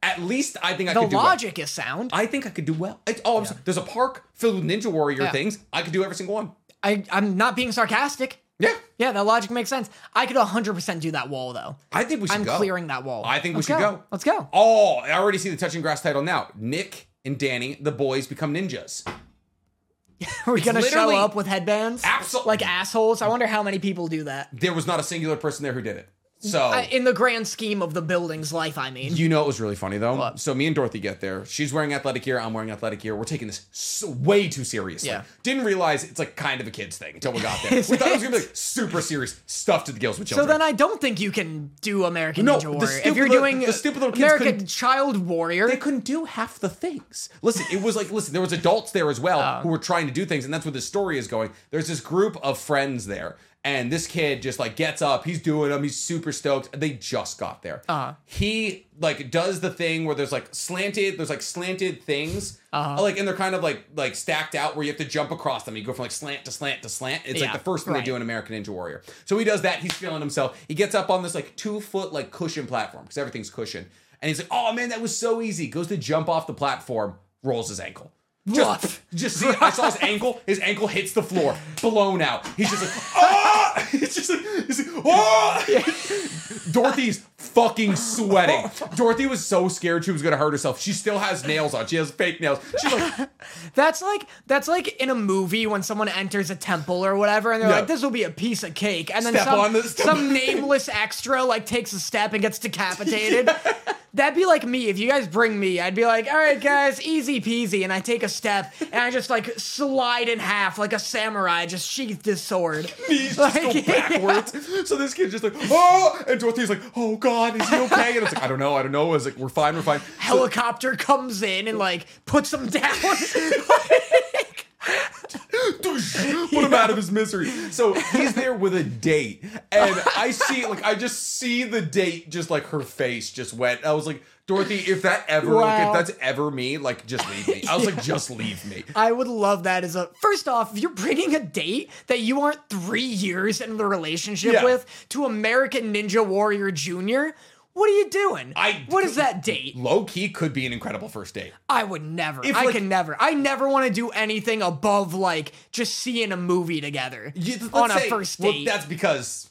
At least I think I
the
could do well.
logic is sound.
I think I could do well. It's, oh, I'm sorry. there's a park filled with Ninja Warrior
Yeah.
things. I could do every single one.
I, I'm not being sarcastic.
Yeah,
Yeah, that logic makes sense. I could 100% do that wall, though.
I think we should
I'm
go.
clearing that wall.
I think we
Let's
should go.
Let's go.
Oh, I already see the touching grass title now. Nick and Danny, the boys become ninjas.
We're going to show
literally-
up with headbands.
Absol-
Like assholes. I wonder how many people do that.
There was not a singular person there who did it. So
I- in the grand scheme of the building's life, I mean.
you know it was really funny though. So me and Dorothy get there. She's wearing athletic gear. I'm wearing athletic gear. We're taking this so, way too seriously.
Yeah.
Didn't realize it's like kind of a kids thing until we got there. we thought it was gonna be like super serious stuff to the gills with
so
children.
then I don't think you can do American
No,
Ninja
the
Warrior.
stupid
if you're
little-
doing
the stupid little kids
American
couldn't-
Child Warrior,
they couldn't do half the things. Listen, it was like listen, there was adults there as well who were trying to do things, and that's where the story is going. There's this group of friends there, and this kid just like gets up, he's doing them, he's super stoked. They just got there. Uh-huh. He like does the thing where there's like slanted, there's like slanted things, uh-huh. like and they're kind of like like stacked out where you have to jump across them. You go from like slant to slant to slant. It's like
Yeah,
the first thing they
right.
do in American Ninja Warrior. So he does that. He's feeling himself. He gets up on this like two foot like cushion platform because everything's cushioned. And he's like, "Oh man, that was so easy." Goes to jump off the platform, rolls his ankle. Just,
Woof.
just see, I saw his ankle. His ankle hits the floor, blown out. He's just like, "Ah!" It's just like, he's like, "Ah!" Dorothy's fucking sweating. Dorothy was so scared she was gonna hurt herself. She still has nails on. She has fake nails. She's like,
That's like that's like in a movie when someone enters a temple or whatever, and they're
Yeah.
like, "This will be a piece of cake," and then
Step
some
on this-
some nameless extra like takes a step and gets decapitated. That'd be like me if you guys bring me. I'd be like, "All right, guys, easy peasy," and I take a step and I just like slide in half like a samurai, just sheathed his sword.
knees just go
Like, yeah.
backwards. So this kid's just like, oh, and Dorothy's like, oh god, is he okay? And it's like, I don't know, I don't know. It's like, we're fine, we're fine. So,
Helicopter comes in and like puts him down.
doosh, put him out of his misery. So he's there with a date, and I see, like, I just see the date, just like her face just wet. I was like, Dorothy, if that ever, like, if
Wow.
that's ever me, like, just leave me. I was like, just leave me.
I would love that as a first off, if you're bringing a date that you aren't three years into the relationship
Yeah.
with to American Ninja Warrior Junior. What are you doing?
I-
what is that date?
Low key could be an incredible first date.
I would never.
If,
I
like-
can never. I never want to do anything above like just seeing a movie together
You- let's
on a
say-
first
well,
date.
that's because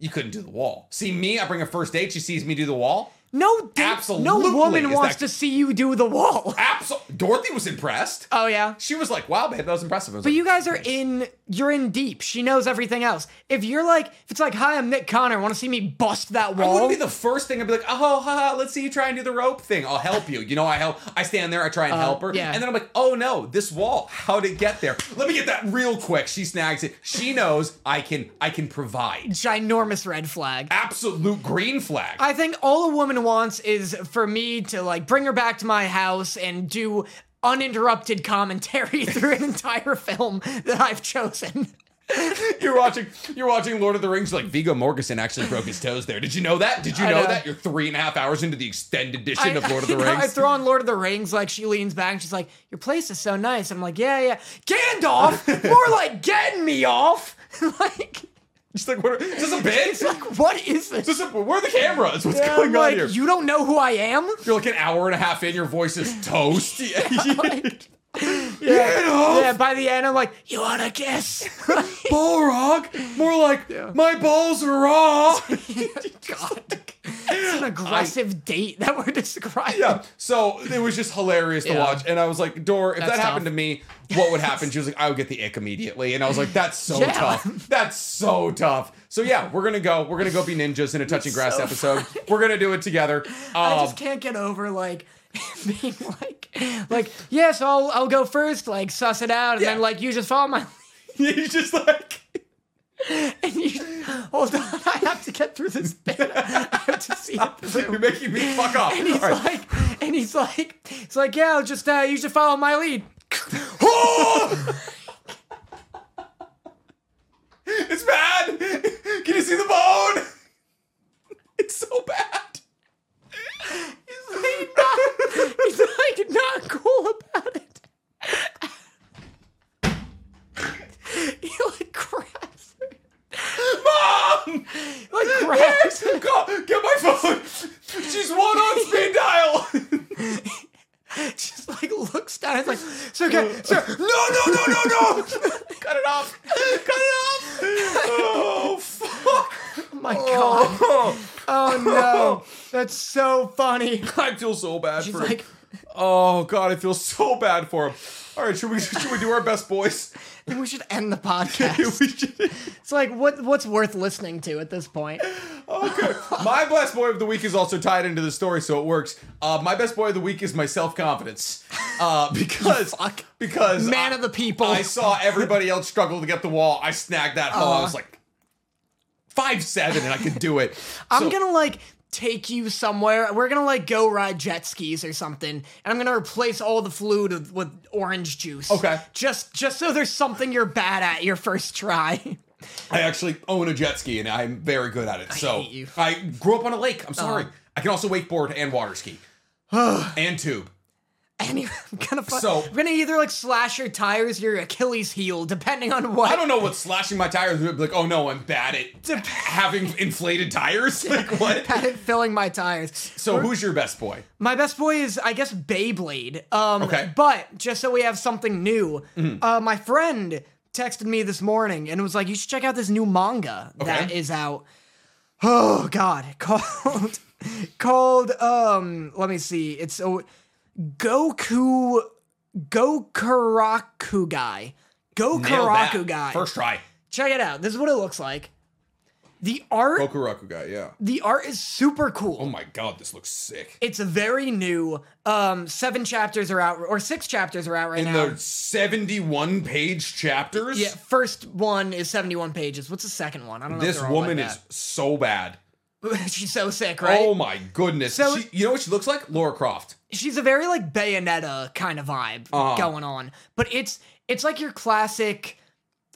you couldn't do the wall. See me, I bring a first date. She sees me do the wall.
no, date,
Absolutely
no woman
is
wants
that-
to see you do the wall.
Absolutely. Dorothy was impressed.
Oh yeah.
She was like, "Wow, babe, that was impressive." I was
But
like,
you guys are in. You're in deep. She knows everything else. If you're like, if it's like, hi, I'm Nick Connor. Want to see me bust that
I
wall?
wouldn't be the first thing. I'd be like, "Oh, haha, let's see you try and do the rope thing. I'll help you." You know, I help. I stand there. I try and help her,
Uh, yeah.
and then I'm like, "Oh no, this wall. How'd it get there? Let me get that real quick." She snags it. She knows I can. I can provide.
ginormous red flag.
Absolute green flag.
I think all a woman wants is for me to like bring her back to my house and do uninterrupted commentary through an entire film that I've chosen.
You're watching you're watching Lord of the Rings like Vigo Mortensen actually broke his toes there. Did you know that? Did you
I
know,
know.
that? You're three and a half hours into the extended edition
I-
of Lord of the
I- I
Rings.
throw on Lord of the Rings, like she leans back and she's like, Your place is so nice. I'm like, Yeah, yeah. Gandalf! More like getting me off. like,
Just like what are, is this a bit? Is
like, what is this?
this a, where are the cameras? What's
I'm
going on
like,
here?
You don't know who I am?
You're like an hour and a half in, your voice is toast.
Like,
Gandalf!
yeah, by the end, I'm like, You want a kiss?
Balrog! More like my balls are raw.
God. It's an aggressive date that we're describing.
yeah. So it was just hilarious to
Yeah.
watch. And I was like, Dor, if that
That's
happened
tough.
to me, what would happen? She was like, I would get the ick immediately. And I was like, that's so
Yeah.
tough. That's so tough. So yeah, we're gonna go. We're gonna go be ninjas in a touching grass
so
episode. We're gonna do it together.
I
Um,
just can't get over like being like like yeah, so I'll I'll go first, like suss it out, and
Yeah.
then like you just follow my
he's just like
and you hold on, I have to get through this bit. I have to see it
you're
through.
making me fuck off.
And he's
All right.
like and he's like it's like, yeah, I'll just uh you should follow my lead.
it's bad. Can you see the bone? It's so bad.
He's like not cool about it. he like grabs her.
Mom!
Like grabs her.
Go, get my phone. She's one on speed dial.
just like looks down and is like, so okay, so
no, no, no, no, no. Cut it off. Cut it off. Oh, fuck.
oh my god. Oh no. That's so funny.
I feel so bad
She's
for
like
him. Oh, God, I feel so bad for him. All right, should we, should we do our best, boys?
"Then we should end the podcast.
We should-
It's like what what's worth listening to at this point?
Okay. My best boy of the week is also tied into the story, so it works. Uh, my best boy of the week is my self confidence. Uh, because
fuck.
because
Man
I-
of the people.
I saw everybody else struggle to get the wall. I snagged that ball. I
Uh-huh.
was like five seven, and I could do it.
I'm
So-
gonna like take you somewhere. We're gonna like go ride jet skis or something, and I'm gonna replace all the fluid with, with orange juice.
Okay.
Just just so there's something you're bad at your first try.
I actually own a jet ski, and I'm very good at it. so
hate you. Uh-huh.
I grew up on a lake. I'm sorry. I can also wakeboard and water ski and tube.
Anyway, I'm gonna fu-
So-
I'm gonna either like slash your tires or your Achilles heel, depending on what.
I don't know what slashing my tires would be like. Oh no, I'm bad at having inflated tires. Like what?
at filling my tires.
So who's your best boy?
My best boy is, I guess, Beyblade. Um,
Okay. Mm-hmm.
But just so we have something new, uh, my friend texted me this morning and was like, "You should check out this new manga that
Okay.
is out." Oh God, called called um. Let me see. It's a Goku Gokuraku guy.
Nailed that.
Gokuraku guy.
First try.
Check it out. This is what it looks like. The art,
Gokuraku guy, yeah.
the art is super cool.
Oh my god, this looks sick.
It's very new. Um, seven chapters are out, or six chapters are out right
In
now.
the 71 page chapters,
yeah, first one is seventy-one pages. What's the second one? I don't know.
this woman is so bad.
is she's so sick, right?
Oh my goodness.
So-
she, you know what she looks like? Laura Croft.
she's a very like Bayonetta kind of vibe
Uh-huh.
going on, but it's it's like your classic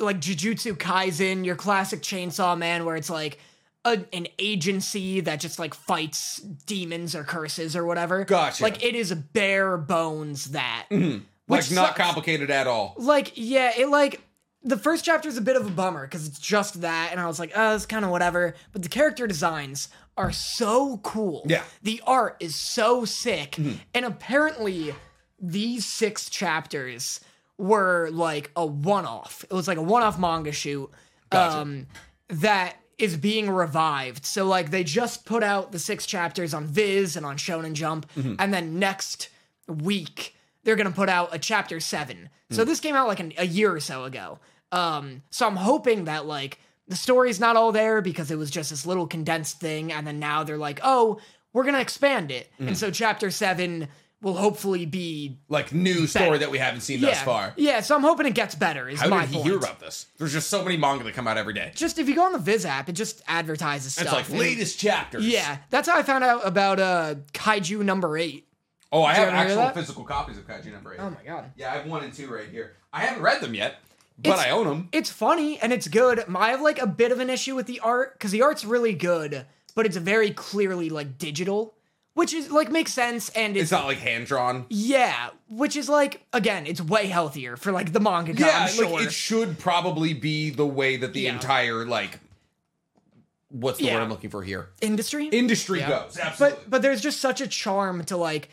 like Jujutsu Kaisen, your classic Chainsaw Man, where it's like a, an agency that just like fights demons or curses or whatever.
Gotcha. Mm-hmm.
Like it is bare bones that.
Like,
Which
not
sucks.
complicated at all.
like yeah it like the first chapter is a bit of a bummer because it's just that, and I was like, oh, it's kind of whatever. But the character designs are so cool.
Yeah. Mm-hmm.
The art is so sick. And apparently, these six chapters were like a one off. It was like a one off manga shoot
Gotcha.
um, that is being revived. So, like, they just put out the six chapters on Viz and on Shonen Jump,
Mm-hmm.
and then next week they're gonna put out a chapter seven. So
Mm.
this came out like an, a year or so ago. Um, so I'm hoping that like the story's not all there because it was just this little condensed thing, and then now they're like, oh, we're gonna expand it,
Mm.
and so chapter seven will hopefully be
Like new story that we haven't seen
yeah,
thus far.
yeah. So I'm hoping it gets better. Is
How
my
did he
point.
hear about this? There's just so many manga that come out every day.
just if you go on the Viz app, it just advertises
It's
stuff.
like
and-
latest chapters.
Yeah, that's how I found out about uh Kaiju number eight.
Oh, I have
ever hear
actual
that?
physical copies of Kaiju number eight.
Oh my god.
Yeah, I have one and two right here. I haven't read them yet, but
It's-
I own them.
It's funny and it's good. I have like a bit of an issue with the art because the art's really good, but it's very clearly like digital, which is like makes sense and it's,
It's not like hand drawn.
yeah, which is like again, it's way healthier for like the manga. guy,
Yeah,
I'm
like
sure.
it should probably be the way that the
Yeah.
entire like what's the
Yeah.
word I'm looking for here?
industry.
Industry
Yeah.
goes. Absolutely.
but but there's just such a charm to like.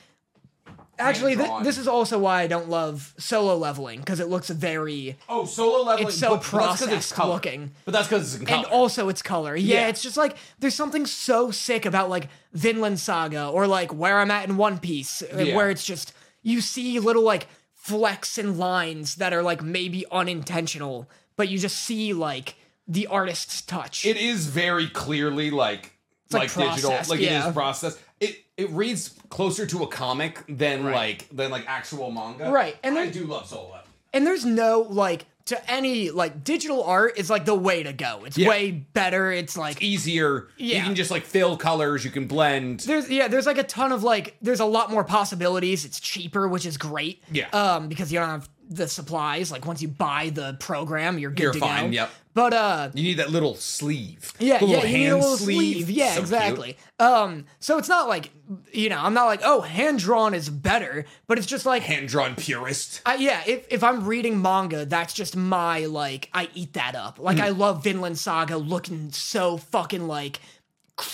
Actually, th-
Hand-drawn.
this is also why I don't love solo leveling because it looks very
oh, solo leveling.
It's
but- but
so
that's 'cause
processed
color.
looking.
But that's because it's in color.
and also its color. Yeah,
Yeah.
it's just like there's something so sick about like Vinland Saga or like where I'm at in One Piece, uh,
Yeah.
where it's just you see little like flecks and lines that are like maybe unintentional, but you just see like the artist's touch.
it is very clearly like like,
like
digital
processed,
like it
yeah.
is processed it it reads closer to a comic than like than like actual manga
Right, and
i
there-
do love solo leveling
and there's no like to any like digital art is like the way to go. It's
Yeah.
way better. It's like
easier you
Yeah.
can just like fill colors you can blend
there's yeah, there's like a ton of like there's a lot more possibilities. It's cheaper, which is great.
Yeah.
Um, because you don't have the supplies. Like once you buy the program, you're good
You're
to
fine,
go.
yep.
But uh
you need that little sleeve
yeah,
the
yeah,
little
you
hand
need a little
sleeve,
sleeve. Yeah,
So cute.
exactly. Um, so it's not like you know, I'm not like, oh, hand drawn is better, but it's just like
hand-drawn purist
I, yeah, if, if I'm reading manga, that's just my like I eat that up. Like
Hmm.
I love Vinland Saga looking so fucking like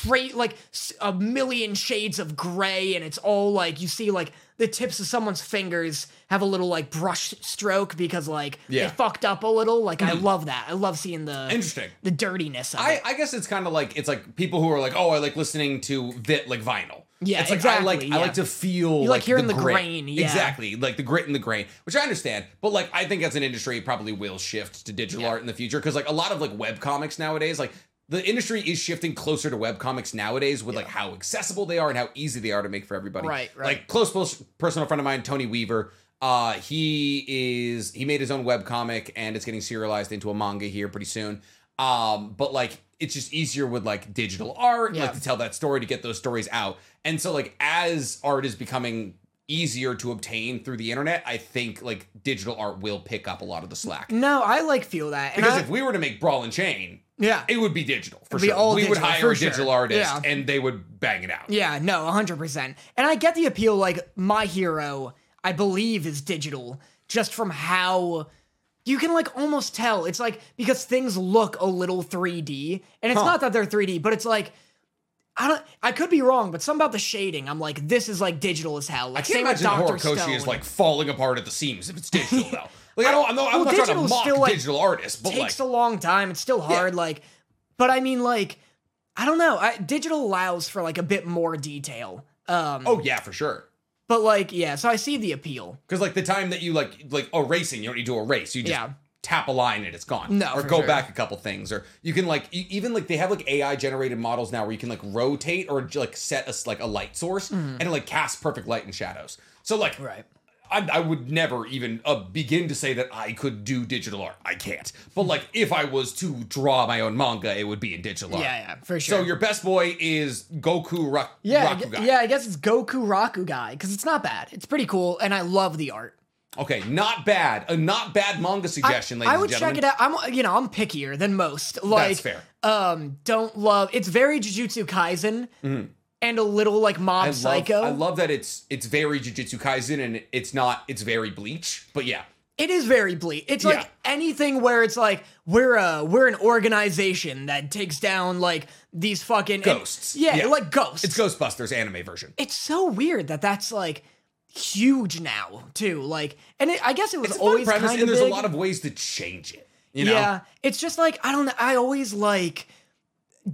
great, like s- a million shades of gray, and it's all like you see like the tips of someone's fingers have a little like brush stroke because like
Yeah. Hmm.
they fucked up a little. Like I love that. I love seeing the
Interesting.
the dirtiness of
I,
it.
I guess it's kind of like it's like people who are like, oh, I like listening to vi- like vinyl.
Yeah,
it's like I
exactly,
like I
yeah.
like to feel
like hearing the grain, yeah.
exactly like the grit and the grain, which I understand. But like I think as an industry, it probably will shift to digital
Yeah.
art in the future because like a lot of like web comics nowadays, like the industry is shifting closer to web comics nowadays with like how accessible they are and how easy they are to make for everybody.
Right, right.
Like close pers- personal friend of mine, Tony Weaver. Uh, he is he made his own webcomic and it's getting serialized into a manga here pretty soon. Um, but like it's just easier with like digital art,
Yeah.
like to tell that story, to get those stories out. And so like as art is becoming easier to obtain through the internet, I think like digital art will pick up a lot of the slack.
no, I like feel that. And
Because
I-
if we were to make Brawl and Chain,
yeah,
it would be digital for
It'd be
sure.
all
we would
digital,
hire
for
a digital
sure.
artist
Yeah.
and they would bang it out.
Yeah, no, 100%. And I get the appeal, like, My Hero, I believe, is digital, just from how you can, like, almost tell. It's like, because things look a little 3D, and it's
Huh.
not that they're 3D, but it's like, I don't, I could be wrong, but something about the shading, I'm like, this is, like, digital as hell. Like,
I can't
same with
imagine
Dr.
Horikoshi is
Stone.
like falling apart at the seams if it's digital though. Like I don't, I'm not, I'm not
Well,
trying to
digital's
mock
still, like,
digital artists, but like
takes a long time. It's still hard, like, but I mean, like, I don't know. I, digital allows for, like, a bit more detail. Um,
oh yeah, for sure.
but like, yeah, so I see the appeal.
Because like the time that you like like erasing, you don't need to erase. You just
Yeah.
tap a line and it's gone.
No,
or
for
go
sure.
back a couple things, or you can like e- even like they have like AI generated models now where you can like rotate or j- like set us like a light source and it, like cast perfect light and shadows. So like
Mm-hmm. Right.
I, I would never even uh, begin to say that I could do digital art. I can't. But like if I was to draw my own manga, it would be in digital art.
Yeah, yeah, for sure.
So your best boy is Goku Rak-
Yeah, I
Rakugan.
gu- yeah, I guess it's Goku Raku guy because it's not bad. It's pretty cool, and I love the art.
Okay, not bad. A not bad manga suggestion, ladies
I would
and gentlemen.
check it out. I'm you know I'm pickier than most. Like,
fair.
Um, don't love. It's very Jujutsu Kaisen and a little like Mob
Mm-hmm. I love,
Psycho.
I love that it's it's very Jujutsu Kaisen and it's not it's very Bleach, but yeah,
It is very bleak. It's
Yeah.
like anything where it's like we're a we're an organization that takes down like these fucking
Ghosts.
yeah,
Yeah.
like ghosts.
It's Ghostbusters anime version.
it's so weird that that's like huge now too. Like, and it, I guess it was
It's a fun
always
premise,
kind
and there's
big.
a lot of ways to change it. You know,
Yeah, it's just like I don't. know. I always like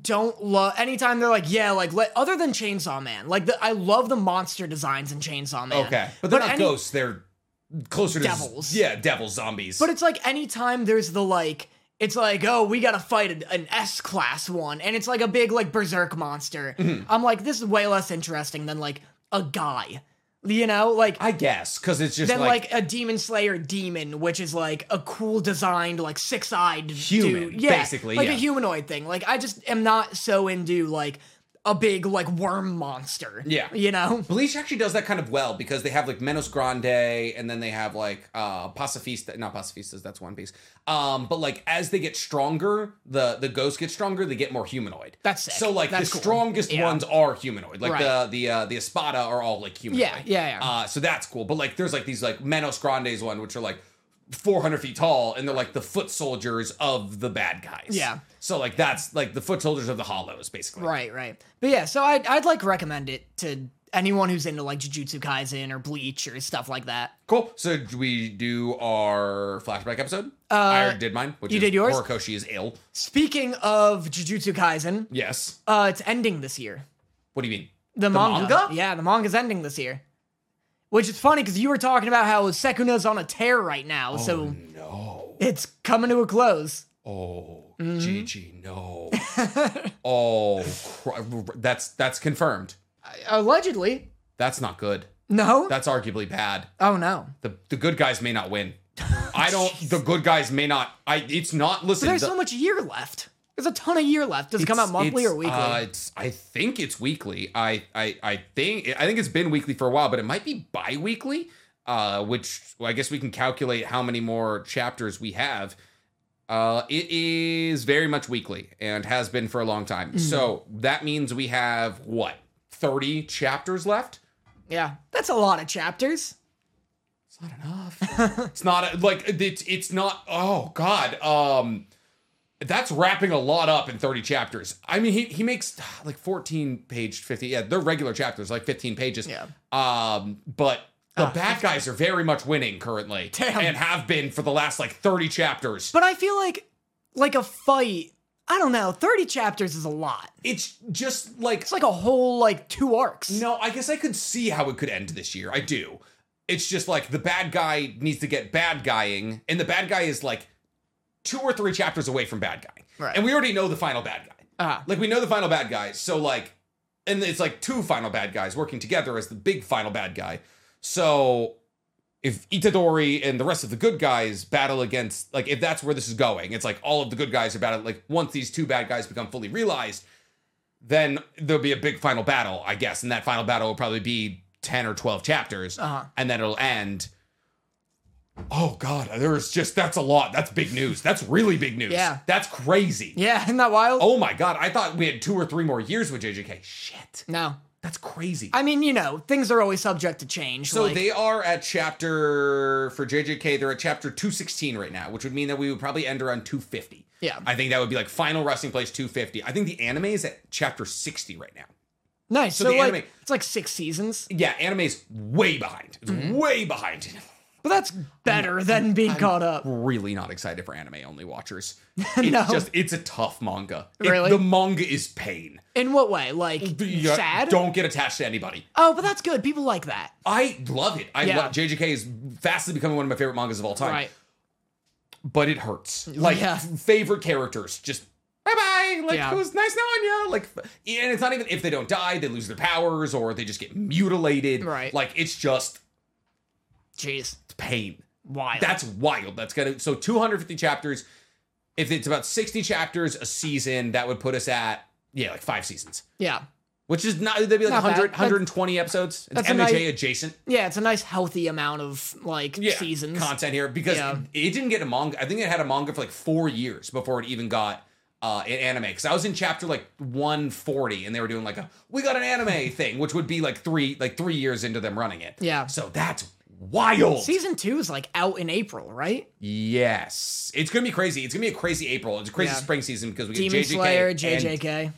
don't love anytime they're like yeah like let, other than Chainsaw Man like the, I love the monster designs in Chainsaw Man.
okay, but they're not
any-
ghosts. They're closer to
Devils.
Yeah, devils, zombies.
But it's like anytime there's the like, it's like, oh, we gotta fight a- an S class one, and it's like a big like berserk monster.
Mm-hmm.
I'm like, this is way less interesting than like a guy, you know, like
I guess because it's just
than
like,
like, a demon slayer demon, which is like a cool designed like six eyed
Human,
dude. yeah,
basically,
like
yeah.
a humanoid thing. Like I just am not so into like a big like worm monster.
Yeah.
you know.
Bleach actually does that kind of well because they have like Menos Grande and then they have like uh Pacifista, not Pacifistas, that's One Piece. Um, but like as they get stronger, the the ghosts get stronger, they get more humanoid.
That's sick.
so like
That's
the
cool.
strongest
Yeah.
ones are humanoid. Like the
Right.
the uh, the Espada are all like humanoid.
Yeah, yeah, yeah.
Uh, so that's cool. But like there's like these like Menos Grandes one which are like 400 feet tall and they're like the foot soldiers of the bad guys.
Yeah.
So like that's like the foot soldiers of the hollows basically.
Right, right. But yeah, so I'd, I'd like recommend it to anyone who's into like Jujutsu Kaisen or Bleach or stuff like that.
Cool. So do we do our flashback episode? Uh, I already did mine. Which
you
is
did yours?
Horikoshi is ill.
Speaking of Jujutsu Kaisen,
Yes.
uh, it's ending this year.
What do you mean?
The, manga.
manga?
Yeah, the manga's ending this year. Which is funny because you were talking about how Sekuna's on a tear right now, so
No.
it's coming to a close.
Oh,
Mm-hmm.
Gigi, no. oh, cri- that's that's confirmed.
Allegedly.
That's not good.
No?
That's arguably bad.
oh no.
The the good guys may not win. I don't. the good guys may not. I. It's not. Listen.
There's
the-
so much year left. There's a ton of year left. Does it come out
It's-
monthly
it's,
or weekly?
Uh, it's, I think it's weekly. I, I I think I think it's been weekly for a while, but it might be bi-weekly. Uh, which well, I guess we can calculate how many more chapters we have. Uh, it is very much weekly and has been for a long time.
Mm-hmm.
So that means we have what thirty chapters left.
yeah. That's a lot of chapters.
It's not enough. it's not like it's it's not. Oh God. Um, that's wrapping a lot up in thirty chapters. I mean, he he makes like fourteen page fifty. Yeah, they're regular chapters, like fifteen pages.
Yeah. Ah,
Um, but the bad guys are very much winning currently,
Damn.
and have been for the last like thirty chapters.
But I feel like like a fight, I don't know, 30 chapters is a lot.
It's just like
It's like a whole like two arcs.
No, I guess I could see how it could end this year. I do. It's just like the bad guy needs to get bad guying, and the bad guy is like two or three chapters away from bad guy.
Right.
And we already know the final bad guy.
Ah.
Like we know the final bad guy, so like and it's like two final bad guys working together as the big final bad guy. So if Itadori and the rest of the good guys battle against like if that's where this is going, it's like all of the good guys are battling like once these two bad guys become fully realized, then there'll be a big final battle, I guess. And that final battle will probably be 10 or 12 chapters.
Uh-huh.
And then it'll end. Oh god, there's just that's a lot. That's big news. That's really big news.
Yeah.
That's crazy.
Yeah, isn't that wild?
Oh my god, I thought we had two or three more years with JJK. Shit.
No.
That's crazy.
I mean, you know, things are always subject to change.
so
like,
they are at chapter for JJK, they're at chapter 216 right now, which would mean that we would probably end around 250.
Yeah.
I think that would be like final resting place 250. I think the anime is at chapter 60 right now.
nice. So,
the
like
anime-
it's like six seasons.
Yeah, anime's way behind. It's
Mm-hmm.
way behind.
But that's better than being caught up.
Really not excited for anime only watchers. It's just it's a tough manga. It-
Really?
the manga is pain.
In what way? Like
You
sad?
Don't get attached to anybody.
Oh, but that's good. People like that.
I love it. I
Yeah.
love JJK is fastly becoming one of my favorite mangas of all time.
Right.
But it hurts. Like
Yeah.
f- favorite characters just bye bye. Like
Yeah.
it was nice knowing you. Like f- and it's not even if they don't die, they lose their powers or they just get mutilated.
Right.
Like it's just
Jeez.
pain.
Wild.
That's wild. That's gonna so 250 chapters. If it's about 60 chapters a season, that would put us at yeah, like five seasons.
yeah.
Which is not they'd be like
Not
100,
bad. That's-
120 episodes. It's
that's a
MHA
nice-
adjacent.
Yeah, it's a nice healthy amount of like seasons.
content here because
Yeah.
it, it didn't get a manga. I think it had a manga for like four years before it even got uh, an anime. Because I was in chapter like 140, and they were doing like a we got an anime thing, which would be like three like three years into them running it.
Yeah.
so that's wild.
Season two is like out in April, right?
yes, it's gonna be crazy. It's gonna be a crazy April. It's a crazy
Yeah.
spring season because we
Demon
get JJK
Slayer,
and-
JJK.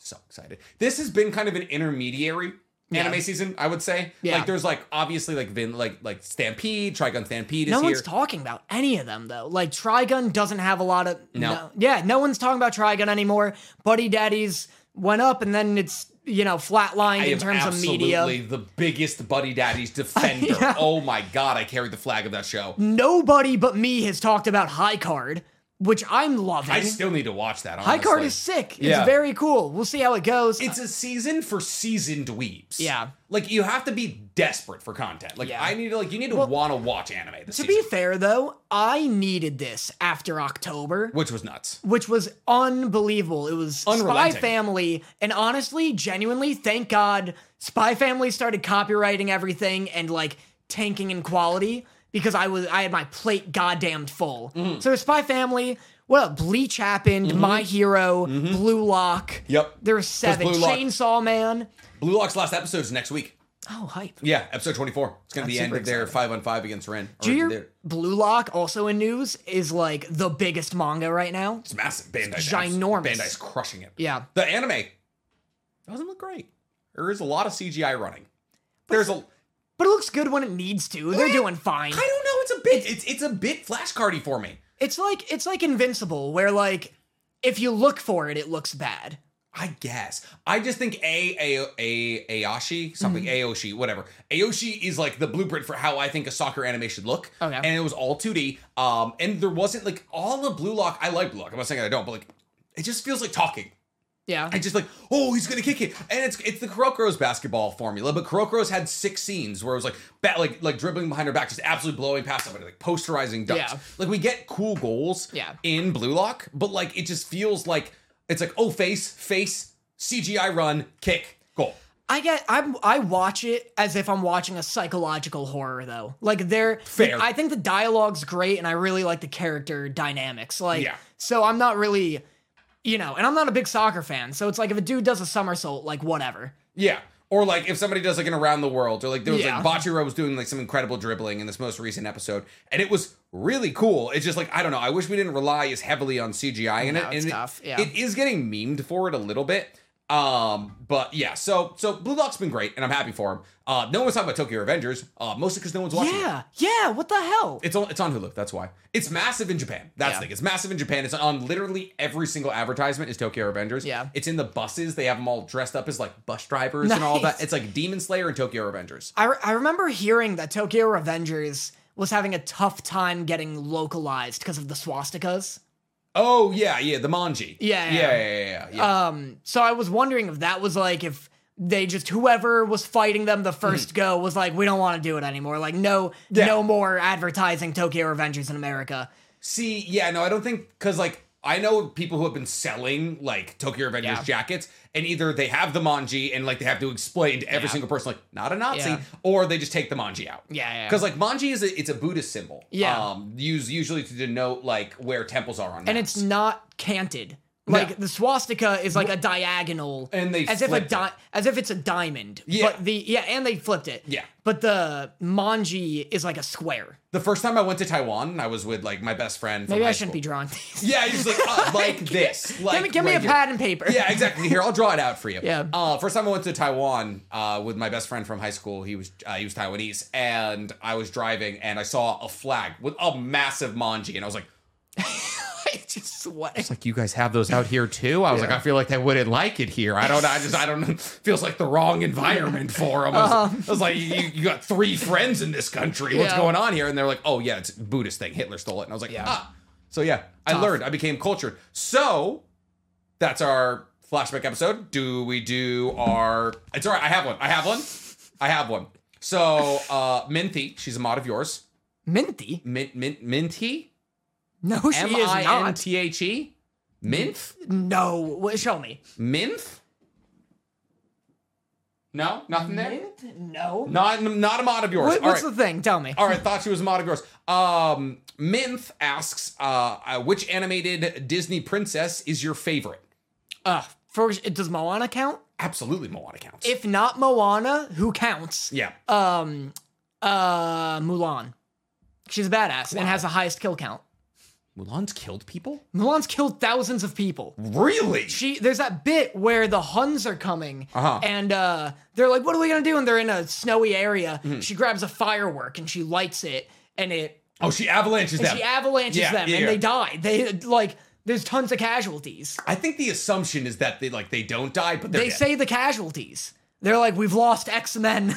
so excited. This has been kind of an intermediary
Yeah.
anime season, I would say.
Yeah.
Like there's like obviously like Vin like like Stampede, Trigun Stampede is
No
here.
one's talking about any of them though. Like Trigun doesn't have a lot of
No.
Yeah, no one's talking about Trigun anymore. Buddy Daddies went up and then it's you know flatlined
I
in
am
terms of
absolutely
media.
the biggest Buddy Daddy's defender.
Yeah.
Oh my god, I carried the flag of that show.
Nobody but me has talked about High Card, which I'm loving.
I still need to watch that. Honestly.
High Card is sick.
Yeah.
It's very cool. We'll see how it goes.
It's a season for seasoned weebs.
Yeah.
Like you have to be desperate for content. Like
Yeah.
I need to like you need to want to watch anime this
to be
season,
fair though, I needed this after October.
which was nuts.
which was unbelievable. It was Spy
Unrelenting.
Family, and honestly, genuinely, thank God Spy Family started copywriting everything and like tanking in quality because I was I had my plate goddamned full.
Mm-hmm.
So Spy Family, what up? Bleach happened, My Hero, Blue Lock.
Yep.
There were seven.
Mm-hmm. Blue Lock-
Chainsaw Man.
Blue Lock's last episode is next week.
Oh, hype.
Yeah, episode 24. It's going to be the end
super
of their 5 on 5 against Ren. Or
Do you
their-
hear Blue Lock also in news is like the biggest manga right now?
It's massive. Bandai's
ginormous.
Bandai's crushing it.
Yeah.
The anime doesn't look great. There is a lot of CGI running. There's a.
But it looks good when it needs to.
Eh,
They're doing fine.
I don't know. It's a bit. It's it's a bit flashcardy for me.
It's like it's like Invincible, where like if you look for it, it looks bad.
I guess. I just think a a a Aoshi something Aoshi whatever Aoshi is like the blueprint for how I think a soccer anime should look.
Okay.
And it was all 2D. Um, and there wasn't like all of Blue Lock. I like Blue Lock. I'm not saying I don't, but like it just feels like talking.
Yeah.
And just like, oh, he's gonna kick it, and it's it's the Kuroko's basketball formula. But Kuroko's had six scenes where it was like, bat, like like dribbling behind her back, just absolutely blowing past somebody, like posterizing dunks.
Yeah.
Like we get cool goals
Yeah.
in Blue Lock, but like it just feels like it's like oh face face CGI run kick goal.
I get I'm I watch it as if I'm watching a psychological horror though. Like they're
Fair.
I think the dialogue's great and I really like the character dynamics. Like
Yeah.
so I'm not really you know, and I'm not a big soccer fan, so it's like if a dude does a somersault, like whatever.
Yeah. Or like if somebody does like an around the world, or like there was
Yeah.
like Bachiro was doing like some incredible dribbling in this most recent episode, and it was really cool. It's just like I don't know. I wish we didn't rely as heavily on CGI in
No,
it.
it's
and it-
tough, yeah.
it is getting memed for it a little bit. Um, but yeah, so so Blue Lock's been great, and I'm happy for him. Uh, no one's talking about Tokyo Avengers, uh, mostly because no one's watching. it.
Yeah, yeah, what the hell?
It's on, it's on Hulu. That's why. It's massive in Japan. That's
Yeah.
the thing. It's massive in Japan. It's on literally every single advertisement is Tokyo Avengers.
Yeah.
It's in the buses. They have them all dressed up as like bus drivers and all
Nice.
that. It's like Demon Slayer and Tokyo Avengers.
I, re- I remember hearing that Tokyo Revengers was having a tough time getting localized because of the swastikas.
Oh yeah, yeah. The Manji.
Yeah,
Yeah.
yeah.
Yeah. Yeah. yeah, yeah.
Um, so I was wondering if that was like if they just whoever was fighting them the 1st go was like, we don't want to do it anymore. Like no,
Mm-hmm. Yeah.
no more advertising Tokyo Revengers in America.
See, yeah, no, I don't think because like I know people who have been selling like Tokyo Avengers
Yeah.
jackets, and either they have the manji and like they have to explain to every
Yeah.
single person like not a Nazi,
Yeah.
or they just take the manji out.
Yeah, yeah, yeah.
Because like manji is a it's a Buddhist symbol.
Yeah.
um, used usually to denote like where temples are on.
And
maps.
it's not canted. Like
No.
the swastika is like a diagonal,
And they
as if a
flipped
di- as if it's a diamond.
Yeah.
But the yeah, and they flipped it.
Yeah.
But the manji is like a square.
the first time I went to Taiwan, I was with like my best friend. From
Maybe
high
I shouldn't be
school.
drawing these.
Yeah, he's like uh, like this. Like
give me, give me a
right here.
pad and paper.
Yeah, exactly. Here, I'll draw it out for you.
Yeah.
Uh, first time I went to Taiwan uh, with my best friend from high school. He was uh, he was Taiwanese, and I was driving, and I saw a flag with a massive manji, and I was like,
I just sweat.
"It's like you guys have those out here too." I was like, "I feel like they wouldn't like it here. I don't. I just. I don't. know. Feels like the wrong environment for them." I was, I was like, you, "You got three friends in this country. What's
Uh-huh. Yeah.
going on here?" And they're like, "Oh yeah, it's a Buddhist thing. Hitler stole it." And I was like,
Yeah.
"Ah." So yeah, I
Tough.
learned. I became cultured. So that's our flashback episode. Do we do our? It's all right. I have one. I have one. I have one. So uh Minty, she's a mod of yours.
Minty?
Min, min, Minty,
No, she
M
is
I N
not.
T H E, Minth,
No, Wait, show me.
Minth. No, nothing there.
No.
Not not a mod of yours.
What,
all
what's
right.
the thing? Tell me.
All right, thought she was a mod of yours. Um, Minth asks, uh, uh, which animated Disney princess is your favorite?
Uh, first, does Moana count?
Absolutely, Moana counts.
If not Moana, who counts?
yeah,
Um, uh, Mulan. She's a badass and has the highest kill count.
Mulan's killed people?
Mulan's killed thousands of people.
Really?
She there's that bit where the Huns are coming
Uh-huh.
and uh, they're like, "What are we gonna do?" And they're in a snowy area.
Mm-hmm.
She grabs a firework and she lights it, and it
Oh, she avalanches them.
she avalanches
Yeah,
them,
yeah,
and
yeah. Oh,
they die. They like there's tons of casualties.
I think the assumption is that they like they don't die, but they're
They
dead.
say the casualties. They're like, "We've lost X men."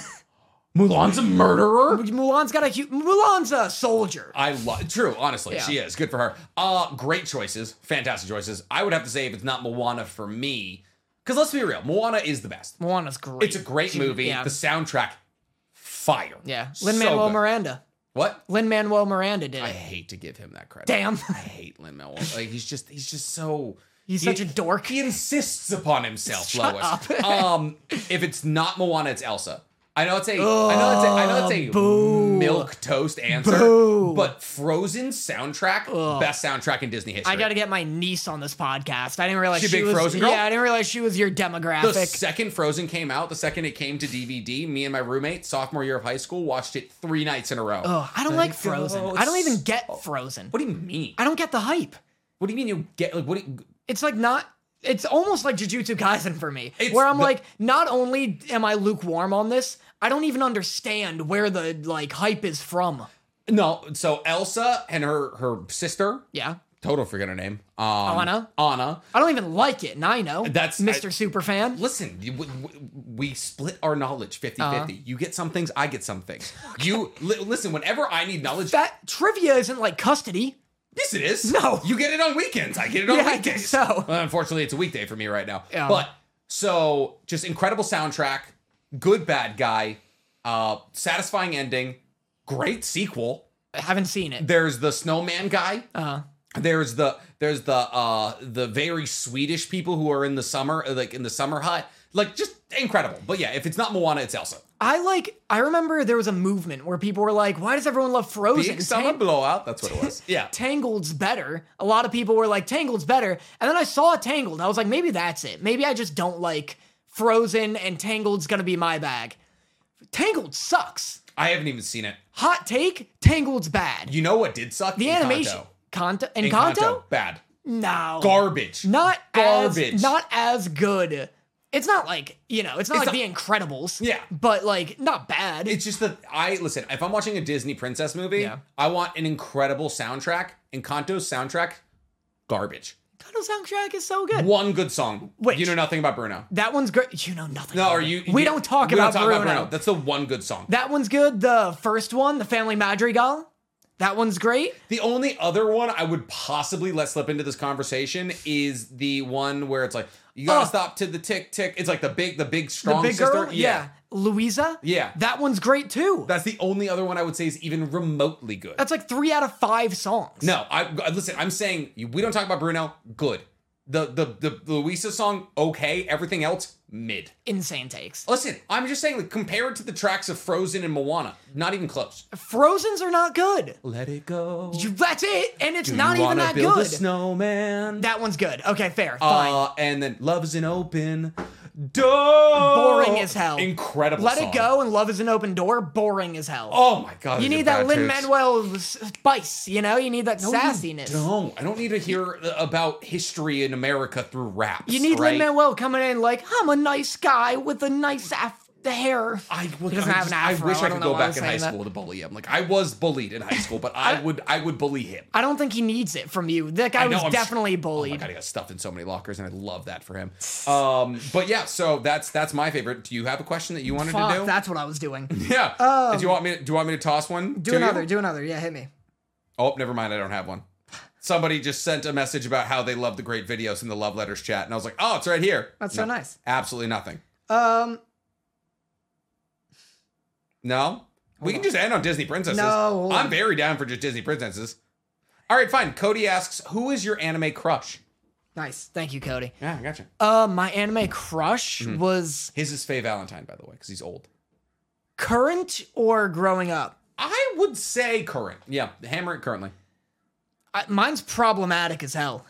Mulan's a murderer.
Mulan's got a hu- Mulan's a soldier.
I love true, honestly.
Yeah.
She is. Good for her. Uh great choices. Fantastic choices. I would have to say if it's not Moana for me, because let's be real, Moana is the best.
Moana's great.
It's a great
She-
movie.
Yeah,
The soundtrack, fire.
yeah.
So
Lin Manuel
good.
Miranda.
What?
Lin Manuel Miranda did
I
it.
hate to give him that credit.
Damn.
I hate Lin Manuel. Like he's just he's just so
He's
he-
such a dork.
He insists upon himself,
Shut
Lois.
up.
um, if it's not Moana, it's Elsa. I know it's a, I know it's a, I know it's a
Oh, boo.
milk toast answer,
Boo.
but Frozen soundtrack, best soundtrack in Disney history.
I got to get my niece on this podcast. I didn't realize
She a
she
big
was.
Frozen girl?
Yeah, I didn't realize she was your
the
demographic.
second Frozen came out, the second it came to DVD, me and my roommate, sophomore year of high school, watched it three nights in a row.
Ugh, I don't like
Thank God.
Frozen. I don't even get Frozen.
Oh. What do you mean?
I don't get the hype.
What do you mean you get like what? Do you,
It's like not. It's almost like Jujutsu Kaisen for me,
It's
where I'm
the-
like, not only am I lukewarm on this, I don't even understand where the like hype is from.
no, so Elsa and her her sister,
Yeah,
total forget her name. Um,
Anna?
Anna.
I don't even like it, and I know
That's-
Mr.
I-
Superfan.
Listen, you- w- w- we split our knowledge 50
Uh-huh.
50. You get some things, I get some things. You li- listen, whenever I need knowledge,
That trivia isn't like custody.
yes, it is.
No.
you get it on weekends. I get it on
Yeah, I
weekdays.
guess so.
Well, unfortunately, it's a weekday for me right now.
Yeah.
But so just incredible soundtrack, good bad guy, uh, satisfying ending, great sequel.
I haven't seen it.
There's the snowman guy.
Uh,
there's the there's the uh the very Swedish people who are in the summer like in the summer hut like just incredible but yeah if it's not Moana it's Elsa
I like. I remember there was a movement where people were like, "Why does everyone love Frozen?
big summer
Tang-
blowout that's what it was yeah
Tangled's better." A lot of people were like, "Tangled's better," and then I saw Tangled. I was like, "Maybe that's it. Maybe I just don't like Frozen, and Tangled's gonna be my bag." Tangled sucks.
I haven't even seen it
Hot take: Tangled's bad.
you know what did suck
the
Encanto.
animation, Oh. Kanto, and
Encanto,
Kanto,
bad
no,
garbage
not
garbage
as not as good. It's not like you know, it's not
It's
like The Incredibles,
Yeah.
but like not bad.
it's just that I listen if I'm watching a Disney princess movie
Yeah.
I want an incredible soundtrack Encanto's soundtrack garbage
Kanto soundtrack is so good.
one good song
Which?
you know nothing about Bruno
That one's great. You know nothing.
no
about
are
it.
you
We
you-
don't talk,
we
about, Bruno.
that's the one good song
That one's good. The first one, the Family Madrigal. That one's great.
The only other one I would possibly let slip into this conversation is the one where it's like you gotta
Oh.
stop to the tick tick. It's like the big the big strong
Big
sister.
Girl. Louisa.
Yeah.
That one's great too.
that's the only other one I would say is even remotely good.
That's like three out of five songs.
no, I I- listen. I'm saying you- we don't talk about Bruno. Good. The the the Luisa song okay. Everything else mid.
Insane takes.
Listen, I'm just saying like compare it to the tracks of Frozen and Moana. Not even close.
Frozen's are not good.
Let it go.
You- That's it. And it's not
You
even
wanna
that
build
good.
A snowman.
that one's good. Okay, fair. Fine.
Uh, and then Love is an Open Door.
Boring as hell.
Incredible.
Let
song.
it go and love is an open door. Boring as hell.
Oh my god.
you
these are
need that
bad tunes.
Lin Manuel spice. You know, you need that
No, Oh, you
sassiness.
don't. I don't need to hear about history in America through rap.
You need
right?
Lin Manuel coming in like I'm a nice guy with a nice af- hair.
I, well,
doesn't
I,
have an
just- I
afro,
wish
I
I
don't
could go
know why I
back
was
in high
saying that.
school to bully him. Like I was bullied in high school, but I, would I would bully him.
I don't think he needs it from you. That guy
I know,
was
I'm sh-
definitely
Oh my
bullied.
god, he got stuffed in so many lockers, and I love that for him. Um, but yeah, so that's that's my favorite. Do you have a question that you wanted to
Fuck,
do?
that's what I was doing.
yeah. do you want me? To, do you want me to toss one?
Do
to
another.
You?
Do another. Yeah, hit me.
Oh, never mind. I don't have one. Somebody just sent a message about how they love the great videos in the love letters chat, and I was like, oh, it's right here.
That's
No,
so nice.
Absolutely nothing.
Um,
No, we can just end on Disney princesses.
No, hold
I'm
on.
very down for just Disney princesses. All right, fine. Cody asks, who is your anime crush?
nice. Thank you, Cody.
Yeah, I gotcha.
Uh, my anime crush
Hmm.
was
His is Faye Valentine, by the way, because he's old.
current or growing up.
I would say current. Yeah, hammer it currently.
I, mine's problematic as hell.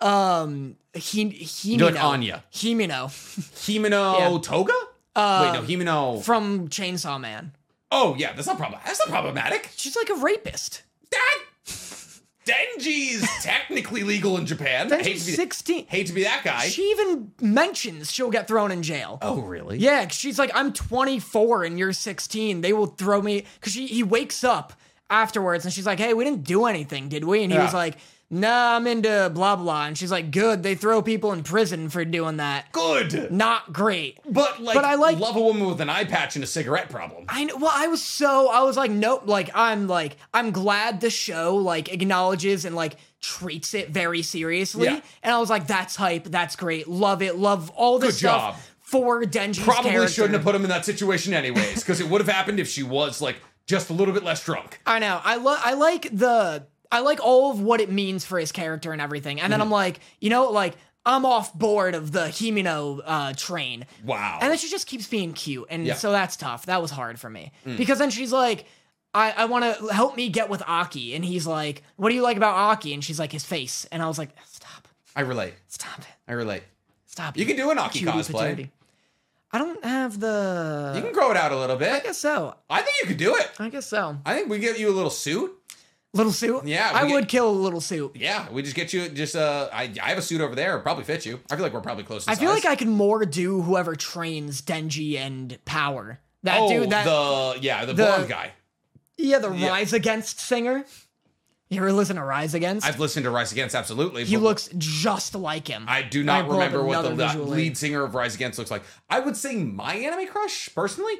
Um, he he
You're like Anya.
Himino
Himeno Toga?
Uh,
Wait, no, Himeno.
from Chainsaw Man.
Oh yeah, that's not problem. That's not problematic.
She's like a rapist.
That Denji is technically legal in Japan.
Then
hate,
she's
to be,
16.
hate to be that guy.
She even mentions she'll get thrown in jail.
oh really?
Yeah, 'cause she's like, I'm 24 and you're 16. They will throw me. Because he wakes up afterwards and she's like, hey, we didn't do anything, did we? And he was
Yeah.
like, nah, I'm into blah, blah. And she's like, good, they throw people in prison for doing that.
Good.
Not great.
But like,
But I like-
love a woman with an eye patch and a cigarette problem.
I know, well, I was so I was like, nope. Like I'm like I'm glad the show like acknowledges and like treats it very seriously.
Yeah.
And I was like, that's hype. That's great. Love it. Love all this
Good
stuff
job.
for Denji's
Probably
character.
shouldn't have put him in that situation anyways, because it would have happened if she was like just a little bit less drunk.
I know. I love. I like the. I like all of what it means for his character and everything. And then
Mm-hmm.
I'm like, you know, like I'm off board of the Himino uh, train.
Wow.
And then she just keeps being cute, and
Yeah. Mm.
so that's tough. That was hard for me because then she's like, "I, I want to help me get with Aki," and he's like, "What do you like about Aki?" And she's like, "His face," and I was like, "Stop,
I relate.
stop it,
I relate.
stop."
You can do an Aki
cutie
cosplay.
patootie." I don't have the.
You can grow it out a little
I
bit.
guess so.
I think you could do it.
I guess so.
I think we get you a little suit.
Little suit.
Yeah,
I
we
would kill a little suit.
Yeah, we just get you just uh I, I have a suit over there, It'll probably fit you. I feel like we're probably close to
I feel like I could more do whoever trains Denji and Power. That
oh,
dude, that
the yeah, the, blonde guy.
yeah, the
yeah.
Rise Against singer. You ever listen to Rise Against?
I've listened to Rise Against absolutely.
he
but
looks just like him.
I do
I
not
pulled up
remember what the
another
the
visual aid.
lead singer of Rise Against looks like. I would say my anime crush personally.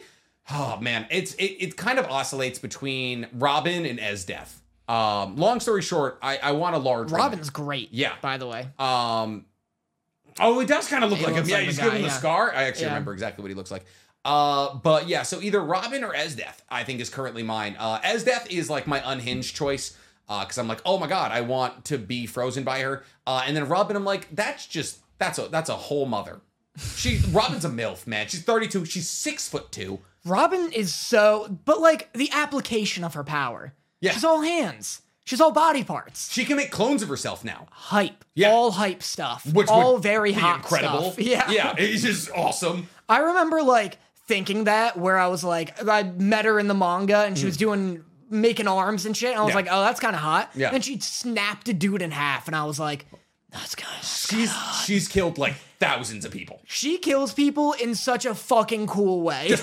Oh man, it's it, it kind of oscillates between Robin and Ezdeath. Um, long story short, I, I want a large one.
Robin's great.
Yeah.
By the way.
Um, oh, he does kind of look
He
like him.
looks
Yeah,
like the
he's
guy,
given the
yeah.
scar. I actually
Yeah.
remember exactly what he looks like. Uh, but yeah, so either Robin or Ezdeath, I think, is currently mine. Uh, Ezdeath is like my unhinged choice because I'm like, oh my god, I want to be frozen by her. Uh, and then Robin, I'm like, that's just that's a that's a whole mother. She Robin's a milf, man. She's 32. She's six foot two.
Robin is so but like the application of her power.
Yeah.
She's all hands. She's all body parts.
She can make clones of herself now,
Hype.
Yeah.
All hype stuff.
which
all
would
very
be
hot
incredible.
stuff. Yeah.
yeah, it's just awesome.
I remember like thinking that where I was like I met her in the manga and she was doing making arms and shit. And I was
Mm. Yeah.
like, oh, that's kind of hot.
Yeah.
Then she snapped a dude in half, and I was like, that's kind of.
She's she's killed like thousands of people.
She kills people in such a fucking cool way.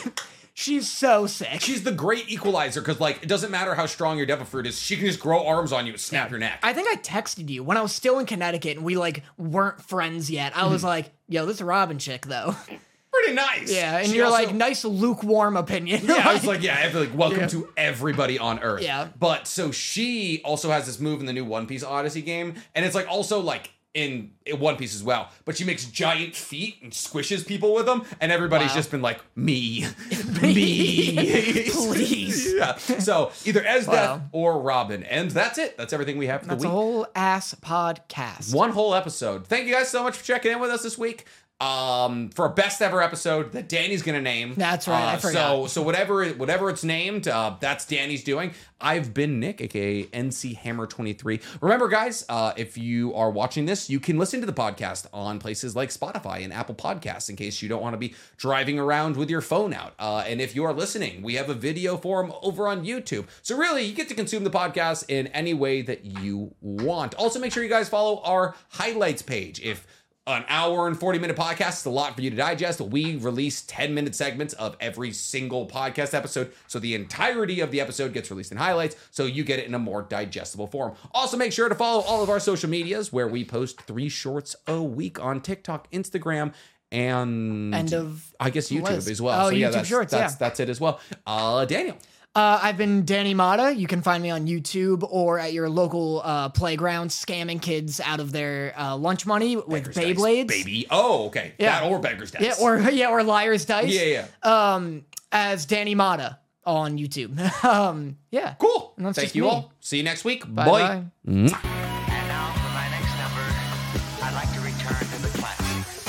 She's so sick.
She's the great equalizer because, like, it doesn't matter how strong your devil fruit is, she can just grow arms on you and snap your neck.
I think I texted you when I was still in Connecticut and we like weren't friends yet. I
Mm-hmm.
was like, "Yo, this Robin chick though."
Pretty nice.
Yeah, and
She
you're
also-
like, "Nice lukewarm opinion."
yeah, I was like, yeah, I feel like welcome to everybody on Earth.
Yeah.
But so she also has this move in the new One Piece Odyssey game, and it's like also like in in One Piece as well. But she makes giant feet and squishes people with them, and everybody's
Wow.
just been like, me, me,
Please.
yeah. So either Ezdeath
Wow.
or Robin, and that's it. That's everything we have for
that's
the
a
week.
whole ass podcast.
one whole episode. Thank you guys so much for checking in with us this week. Um, for our best ever episode that Danny's gonna name.
That's right, I
Uh, So
forgot.
so whatever it- whatever it's named, uh, that's Danny's doing. I've been Nick, aka NC Hammer twenty three. Remember, guys, uh, if you are watching this, you can listen to the podcast on places like Spotify and Apple Podcasts in case you don't want to be driving around with your phone out. Uh, and if you are listening, we have a video forum over on YouTube. So really, you get to consume the podcast in any way that you want. Also, make sure you guys follow our highlights page if an hour and 40 minute podcast is a lot for you to digest. We release 10 minute segments of every single podcast episode. So the entirety of the episode gets released in highlights. So you get it in a more digestible form. Also, make sure to follow all of our social medias where we post three shorts a week on TikTok, Instagram, and
End of
I guess YouTube
list.
as well.
Oh,
so yeah,
YouTube
that's,
shorts,
that's,
yeah.
that's it as well. Uh, Daniel.
Uh, I've been Danny Mata. You can find me on YouTube or at your local uh, playground, scamming kids out of their uh, lunch money with
Beggar's Dice,
Beyblades.
Baby. Oh, okay.
Yeah.
That or Beggar's Dice.
Yeah, or yeah, or liars dice.
Yeah, yeah.
Um, as Danny Mata on YouTube. um, yeah.
cool.
And that's
Thank
just
you
me.
all. See you next week.
Bye-bye.
Bye.
And now for my next number, I'd like to return to the classics.